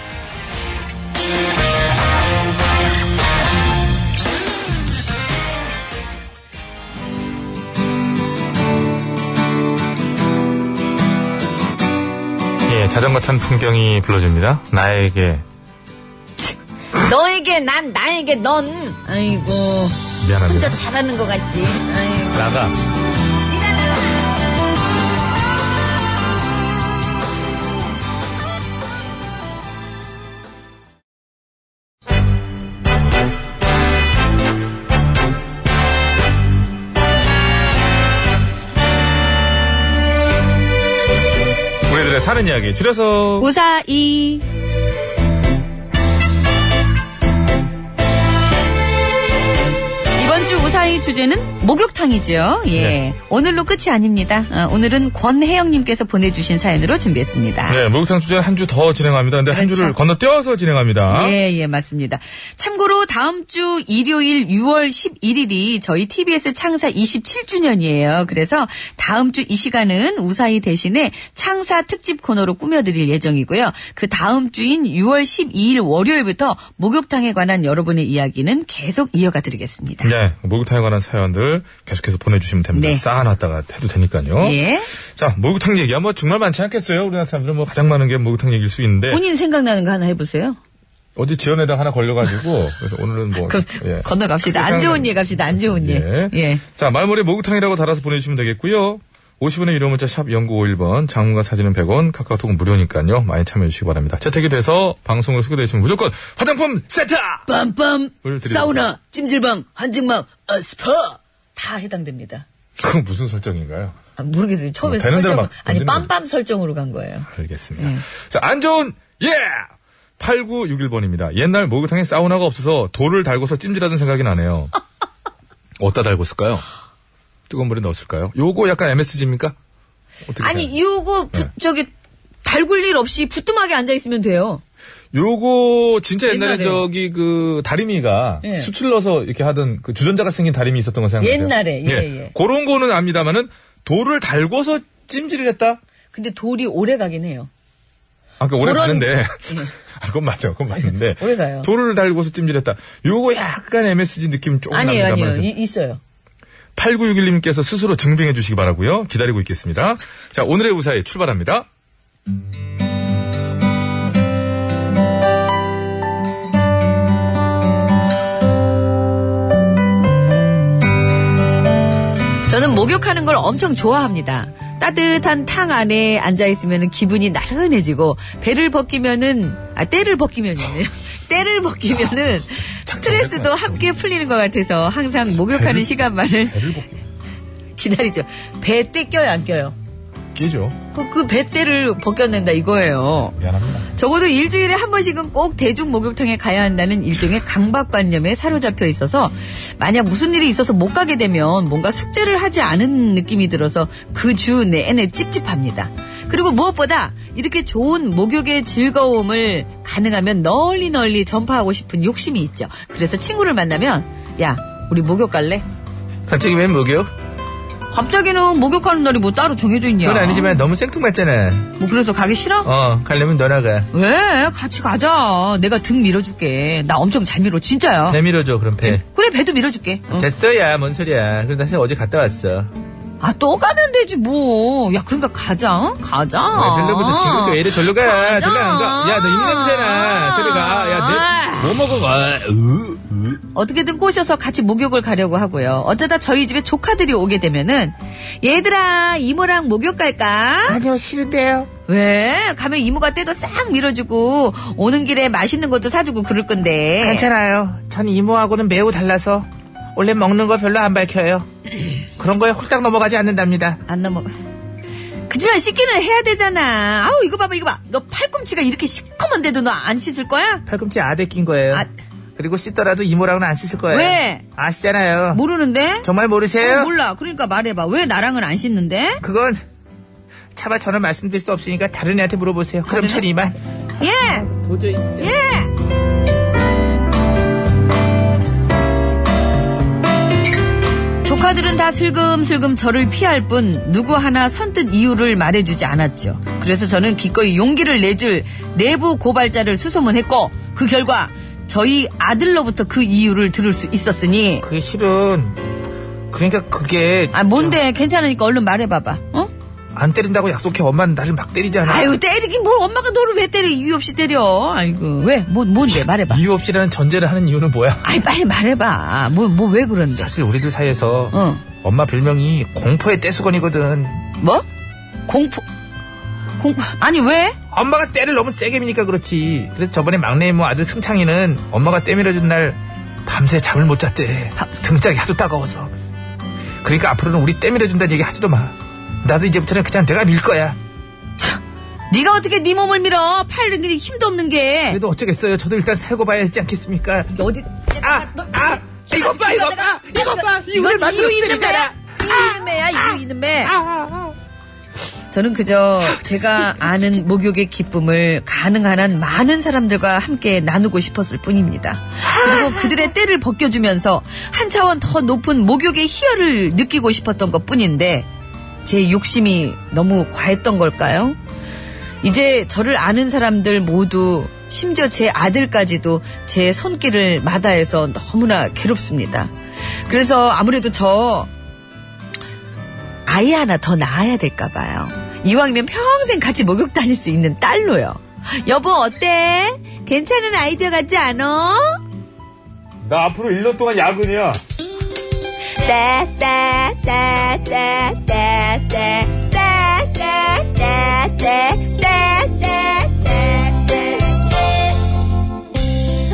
예, 자전거 탄 풍경이 불러줍니다. 나에게
너에게 난, 나에게 넌. 아이고. 혼자
미안합니다.
잘하는 것 같지. 아이고.
나가.
네가 나가.
우리들의 사는 이야기
뭐.
줄여서
우사이. 이번 주 우사이 주제는 목욕탕이죠. 예.
네.
오늘로 끝이 아닙니다. 어, 오늘은 권혜영님께서 보내주신 사연으로 준비했습니다.
네, 목욕탕 주제 한 주 더 진행합니다. 근데 한
그렇죠.
주를 건너뛰어서 진행합니다.
예, 예, 맞습니다. 참고로 다음 주 일요일 6월 11일이 저희 TBS 창사 27주년이에요. 그래서 다음 주 이 시간은 우사히 대신에 창사 특집 코너로 꾸며드릴 예정이고요. 그 다음 주인 6월 12일 월요일부터 목욕탕에 관한 여러분의 이야기는 계속 이어가 드리겠습니다.
네, 목욕탕에 관한 사연들 계속해서 보내주시면 됩니다. 네.
네.
쌓아놨다가 해도 되니까요.
예.
자, 목욕탕 얘기 한번 정말 많지 않겠어요? 우리나라 사람들은 뭐 가장 많은 게 목욕탕 얘기일 수 있는데
본인 생각나는 거 하나 해보세요.
어제 지연에다 하나 걸려가지고 그래서 오늘은 뭐
그럼
예.
건너갑시다. 안 좋은 예 갑시다. 안 좋은 예.
예.
예.
자, 말머리 목욕탕이라고 달아서 보내주시면 되겠고요. 50원의 유료 문자 샵 0951번, 장문과 사진은 100원, 카카오톡은 무료니까요. 많이 참여해주시기 바랍니다. 채택이 돼서 방송으로 소개되시면 무조건 화장품 세트!
빰빰
물 드리고.
사우나 찜질방 한증막 아, 스파 다 해당됩니다.
그건 무슨 설정인가요?
아, 모르겠어요. 처음에
뭐 되는 대로
설정
막 그러니까.
아니
던지는
빰빰 설정으로 간 거예요. 네.
알겠습니다. 자, 안 좋은, 예! 8961번입니다. 옛날 목욕탕에 사우나가 없어서 돌을 달고서 찜질하던 생각이 나네요. 어디다 달궜을까요? 뜨거운 물에 넣었을까요? 요거 약간 MSG입니까? 어떻게
아니
생각해요?
이거 부-
네.
저기 달굴 일 없이 부뚜막에 앉아 있으면 돼요.
요거 진짜 옛날에,
옛날에.
저기 그 다리미가
예.
수출 넣어서 이렇게 하던 그 주전자가 생긴 다리미 있었던 거 생각나세요?
옛날에, 예, 예.
그런 거는 압니다만은 돌을 달궈서 찜질을 했다.
근데 돌이 오래 가긴 해요.
아까 오래
그런-
가는데.
예.
아, 그건 맞죠. 그건 맞는데.
오래 가요.
돌을 달고서 찜질했다. 요거 약간 MSG 느낌 조금
아니에요,
납니다만.
아니에요. 이- 있어요.
8961님께서 스스로 증빙해 주시기 바라고요. 기다리고 있겠습니다. 자, 오늘의 우사히 출발합니다.
저는 목욕하는 걸 엄청 좋아합니다. 따뜻한 탕 안에 앉아있으면 기분이 나른해지고, 배를 벗기면은, 아, 때를 벗기면이네요. 때를 벗기면은, 스트레스도 함께 풀리는 것 같아서 항상 목욕하는 시간만을
배를 벗기
기다리죠. 배때 껴요, 안 껴요?
끼죠.
그, 그 배때를 벗겨낸다 이거예요.
미안합니다.
적어도 일주일에 한 번씩은 꼭 대중 목욕탕에 가야 한다는 일종의 강박관념에 사로잡혀 있어서 만약 무슨 일이 있어서 못 가게 되면 뭔가 숙제를 하지 않은 느낌이 들어서 그 주 내내 찝찝합니다. 그리고 무엇보다 이렇게 좋은 목욕의 즐거움을 가능하면 널리 널리 전파하고 싶은 욕심이 있죠. 그래서 친구를 만나면 야 우리 목욕 갈래?
갑자기 왜 목욕?
갑자기는 목욕하는 날이 뭐 따로 정해져 있냐?
그건 아니지만 너무 생뚱맞잖아.
뭐 그래서 가기 싫어?
어, 가려면 너나 가.
왜? 같이 가자. 내가 등 밀어줄게. 나 엄청 잘 밀어, 진짜야.
배 밀어줘, 그럼 배.
그래, 배도 밀어줄게. 응.
됐어야, 뭔 소리야. 그럼 나 사실 어제 갔다 왔어.
아, 또 가면 되지, 뭐. 야, 그러니까 가자. 응? 가자. 어.
들러부터 예. 친구가 왜 이래 절로
아,
가. 절로 안 가. 야, 너 이미 냄새나. 저리 가. 야, 너, 뭐 먹어. 아, 으, 으.
어떻게든 꼬셔서 같이 목욕을 가려고 하고요. 어쩌다 저희 집에 조카들이 오게 되면은, 얘들아, 이모랑 목욕 갈까?
아니요, 싫은데요.
왜? 가면 이모가 때도 싹 밀어주고, 오는 길에 맛있는 것도 사주고 그럴 건데.
괜찮아요. 전 이모하고는 매우 달라서 원래 먹는 거 별로 안 밝혀요. 그런 거에 홀딱 넘어가지 않는답니다.
안 넘어가. 그지만 씻기는 해야 되잖아. 아우 이거 봐봐 이거 봐. 너 팔꿈치가 이렇게 시커먼데도 너 안 씻을 거야?
팔꿈치 아대 낀 거예요.
아.
그리고 씻더라도 이모랑은 안 씻을 거예요.
왜?
아시잖아요.
모르는데?
정말 모르세요?
어, 몰라. 그러니까 말해봐. 왜 나랑은 안 씻는데?
그건 차마 저는 말씀드릴 수 없으니까 다른 애한테 물어보세요. 그럼 전 이만.
예.
도저히 진짜.
조카들은 다 슬금슬금 저를 피할 뿐 누구 하나 선뜻 이유를 말해주지 않았죠. 그래서 저는 기꺼이 용기를 내줄 내부 고발자를 수소문했고 그 결과 저희 아들로부터 그 이유를 들을 수 있었으니
그게 실은 그러니까 그게
아 뭔데 괜찮으니까 얼른 말해봐봐. 어?
안 때린다고 약속해 엄마는 나를 막 때리잖아.
아유 때리긴 뭘 엄마가 너를 왜 때려 이유 없이 때려. 아이고 왜? 뭐 뭔데 말해봐.
이유 없이라는 전제를 하는 이유는 뭐야?
아이 빨리 말해봐. 뭐 뭐 왜 그런데?
사실 우리들 사이에서
어.
엄마 별명이 공포의 떼수건이거든.
뭐? 공포 공포 아니 왜?
엄마가 때를 너무 세게 미니까 그렇지. 그래서 저번에 막내 이모 아들 승창이는 엄마가 때 밀어준 날 밤새 잠을 못 잤대.
바-
등짝이 하도 따가워서. 그러니까 앞으로는 우리 때 밀어준다는 얘기 하지도 마. 나도 이제부터는 그냥 내가 밀 거야.
네가 어떻게 네 몸을 밀어? 팔 근데 힘도 없는 게.
그래도 어쩌겠어요. 저도 일단 살고 봐야 하지 않겠습니까?
이게 어디?
아, 아, 이것 봐, 이것 봐, 이것 봐. 이걸
이건
만들어
이유 있는
쓰잖아.
매야. 이유 있는 매야. 이유 있는 매.
아,
저는 그저 제가 아는 목욕의 기쁨을 가능한 한 많은 사람들과 함께 나누고 싶었을 뿐입니다. 그리고
아.
그들의 때를 벗겨주면서 한 차원 더 높은 목욕의 희열을 느끼고 싶었던 것 뿐인데 제 욕심이 너무 과했던 걸까요? 이제 저를 아는 사람들 모두 심지어 제 아들까지도 제 손길을 마다해서 너무나 괴롭습니다. 그래서 아무래도 저 아이 하나 더 낳아야 될까 봐요. 이왕이면 평생 같이 목욕 다닐 수 있는 딸로요. 여보 어때? 괜찮은 아이디어 같지 않아?
나 앞으로 1년 동안 야근이야.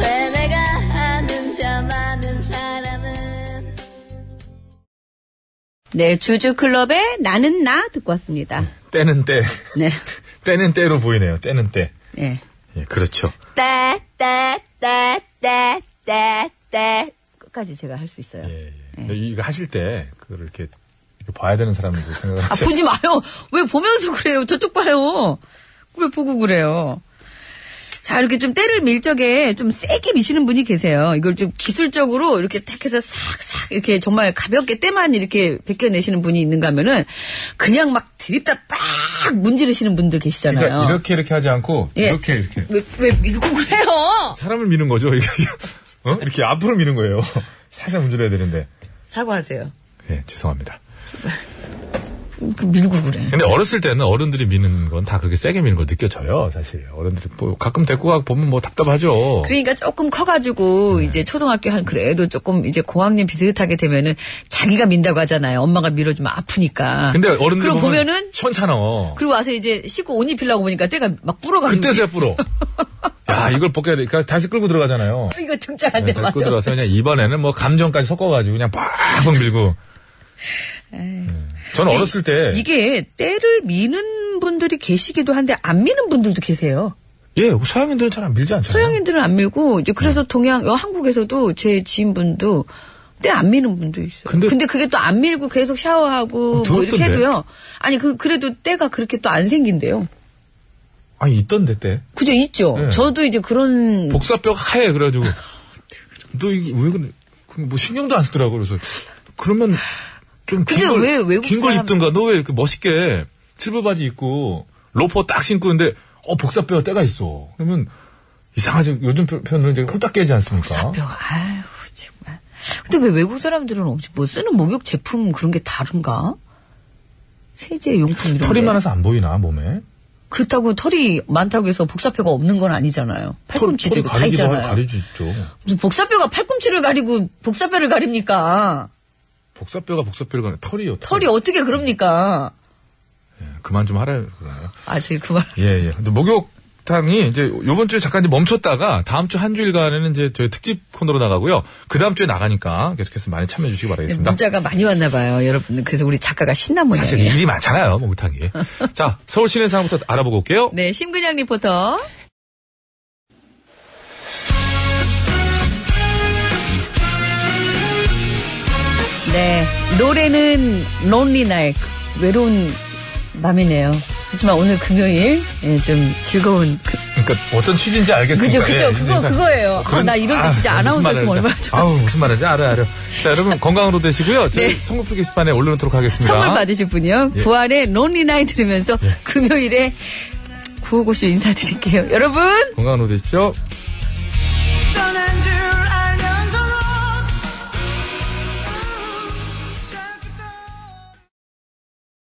왜 내가 아는 저 많은 사람은
네, 주주클럽의 나는 나 듣고 왔습니다.
때는 때.
네.
때는 때로 보이네요. 때는 때.
네.
예, 그렇죠.
따따따따따따 끝까지 제가 할 수 있어요.
예, 예. 근데 이거 하실 때 그걸 이렇게, 이렇게 봐야 되는 사람이고 생각을
아,
하죠.
보지 마요. 왜 보면서 그래요? 저쪽 봐요. 왜 보고 그래요? 자, 이렇게 좀 때를 밀 적에 좀 세게 미시는 분이 계세요. 이걸 좀 기술적으로 이렇게 탁 해서 싹싹 이렇게 정말 가볍게 때만 이렇게 벗겨내시는 분이 있는가 하면은 그냥 막 드립다 빡 문지르시는 분들 계시잖아요.
그러니까 이렇게 이렇게 하지 않고
예.
이렇게 이렇게
왜, 왜 밀고 그래요?
사람을 미는 거죠. 이게 어? 이렇게 앞으로 미는 거예요. 살짝 문질러야 되는데.
사과하세요.
예, 죄송합니다.
그 밀고 그래.
근데 어렸을 때는 어른들이 미는 건 다 그렇게 세게 미는 걸 느껴져요, 사실. 어른들이 뭐 가끔 데리고 가 보면 뭐 답답하죠.
그러니까 조금 커가지고
네.
이제 초등학교 한 그래도 조금 이제 고학년 비슷하게 되면은 자기가 민다고 하잖아요. 엄마가 밀어주면 아프니까.
근데 어른들
그럼
보면
보면은
시원찮아.
그리고 와서 이제 씻고 옷 입히려고 보니까 때가 막 불어가지고
그때서야 불어. 야, 이걸 벗겨야 돼. 그러니까 다시 끌고 들어가잖아요.
이거 등장한데
네,
맞아.
끌고 들어가서 그냥 이번에는 뭐 감정까지 섞어가지고 그냥 빡빡 밀고. 음. 저는 어렸을 때.
이게 때를 미는 분들이 계시기도 한데 안 미는 분들도 계세요.
예, 서양인들은 잘 안 밀지 않잖아요.
서양인들은 안 밀고 이제 그래서
네.
동양 어, 한국에서도 제 지인분도 때 안 미는 분도 있어요.
근데- 네.
근데, 그게 또 안 밀고 계속 샤워하고 뭐 이렇게
더럽던데.
해도요. 아니 그 그래도 때가 그렇게 또 안 생긴대요.
아니, 있던데 때.
그죠 있죠.
네.
저도 이제 그런
복사뼈가 하얘, 그래가지고. 너 이거 왜 그래. 그뭐 신경도 안 쓰더라고. 그래서. 그러면 좀
근데
긴 걸,
왜 외국
긴걸
사람-
입든가. 너 왜 이렇게 멋있게 실버 바지 입고 로퍼 딱 신고 있는데, 어, 복사뼈가 때가 있어. 그러면 이상하지. 요즘 표- 표현으로 이제 홀딱 깨지 않습니까?
뼈가 아유 정말. 근데 왜 외국 사람들은 없이 뭐 쓰는 목욕 제품 그런 게 다른가? 세제 용품 이런
털이
게.
많아서 안 보이나, 몸에?
그렇다고 털이 많다고 해서 복사뼈가 없는 건 아니잖아요. 팔꿈치도
털이
있고 다
가리기도
있잖아요.
하고 가리죠.
무슨 복사뼈가 팔꿈치를 가리고 복사뼈를 가립니까?
복사뼈가 복사뼈를 가는 털이요. 털.
네.
털이 어떻게 그럽니까?
그만 좀 하라 그러나요?
아, 저기 그말
예, 예. 근데 목욕
식당이 이제 요번 주에 잠깐 이제 멈췄다가 다음 주 한 주일간에는 이제 저희 특집 코너로 나가고요. 그 다음 주에 나가니까 계속해서 많이 참여해 주시기
네,
바라겠습니다.
문자가 많이 왔나 봐요, 여러분. 그래서 우리 작가가 신난
사실
모양이에요.
일이 많잖아요, 목욕탕이. 자, 서울 시내 상황부터 알아보고 올게요.
네, 심근양 리포터. 네, 노래는 론리 날 외로운 밤이네요. 하지만 오늘 금요일 예, 좀 즐거운 그,
그러니까 어떤 취지인지 알겠습니다.
그죠 그죠
예,
그거
인사-
그거예요.
그런-
아, 나 이럴 때 진짜
아,
아나운서였으면
무슨 말을
얼마나
했다.
좋았을까.
아우, 무슨 말인지 알아, 알아. 자, 여러분 건강으로 되시고요. 저희
네.
선곡표 게시판에 올려놓도록 하겠습니다.
선물 받으실 분이요.
예.
부활의 론리 나이 들으면서 금요일에 구호고쇼 인사드릴게요. 여러분!
건강으로 되십시오.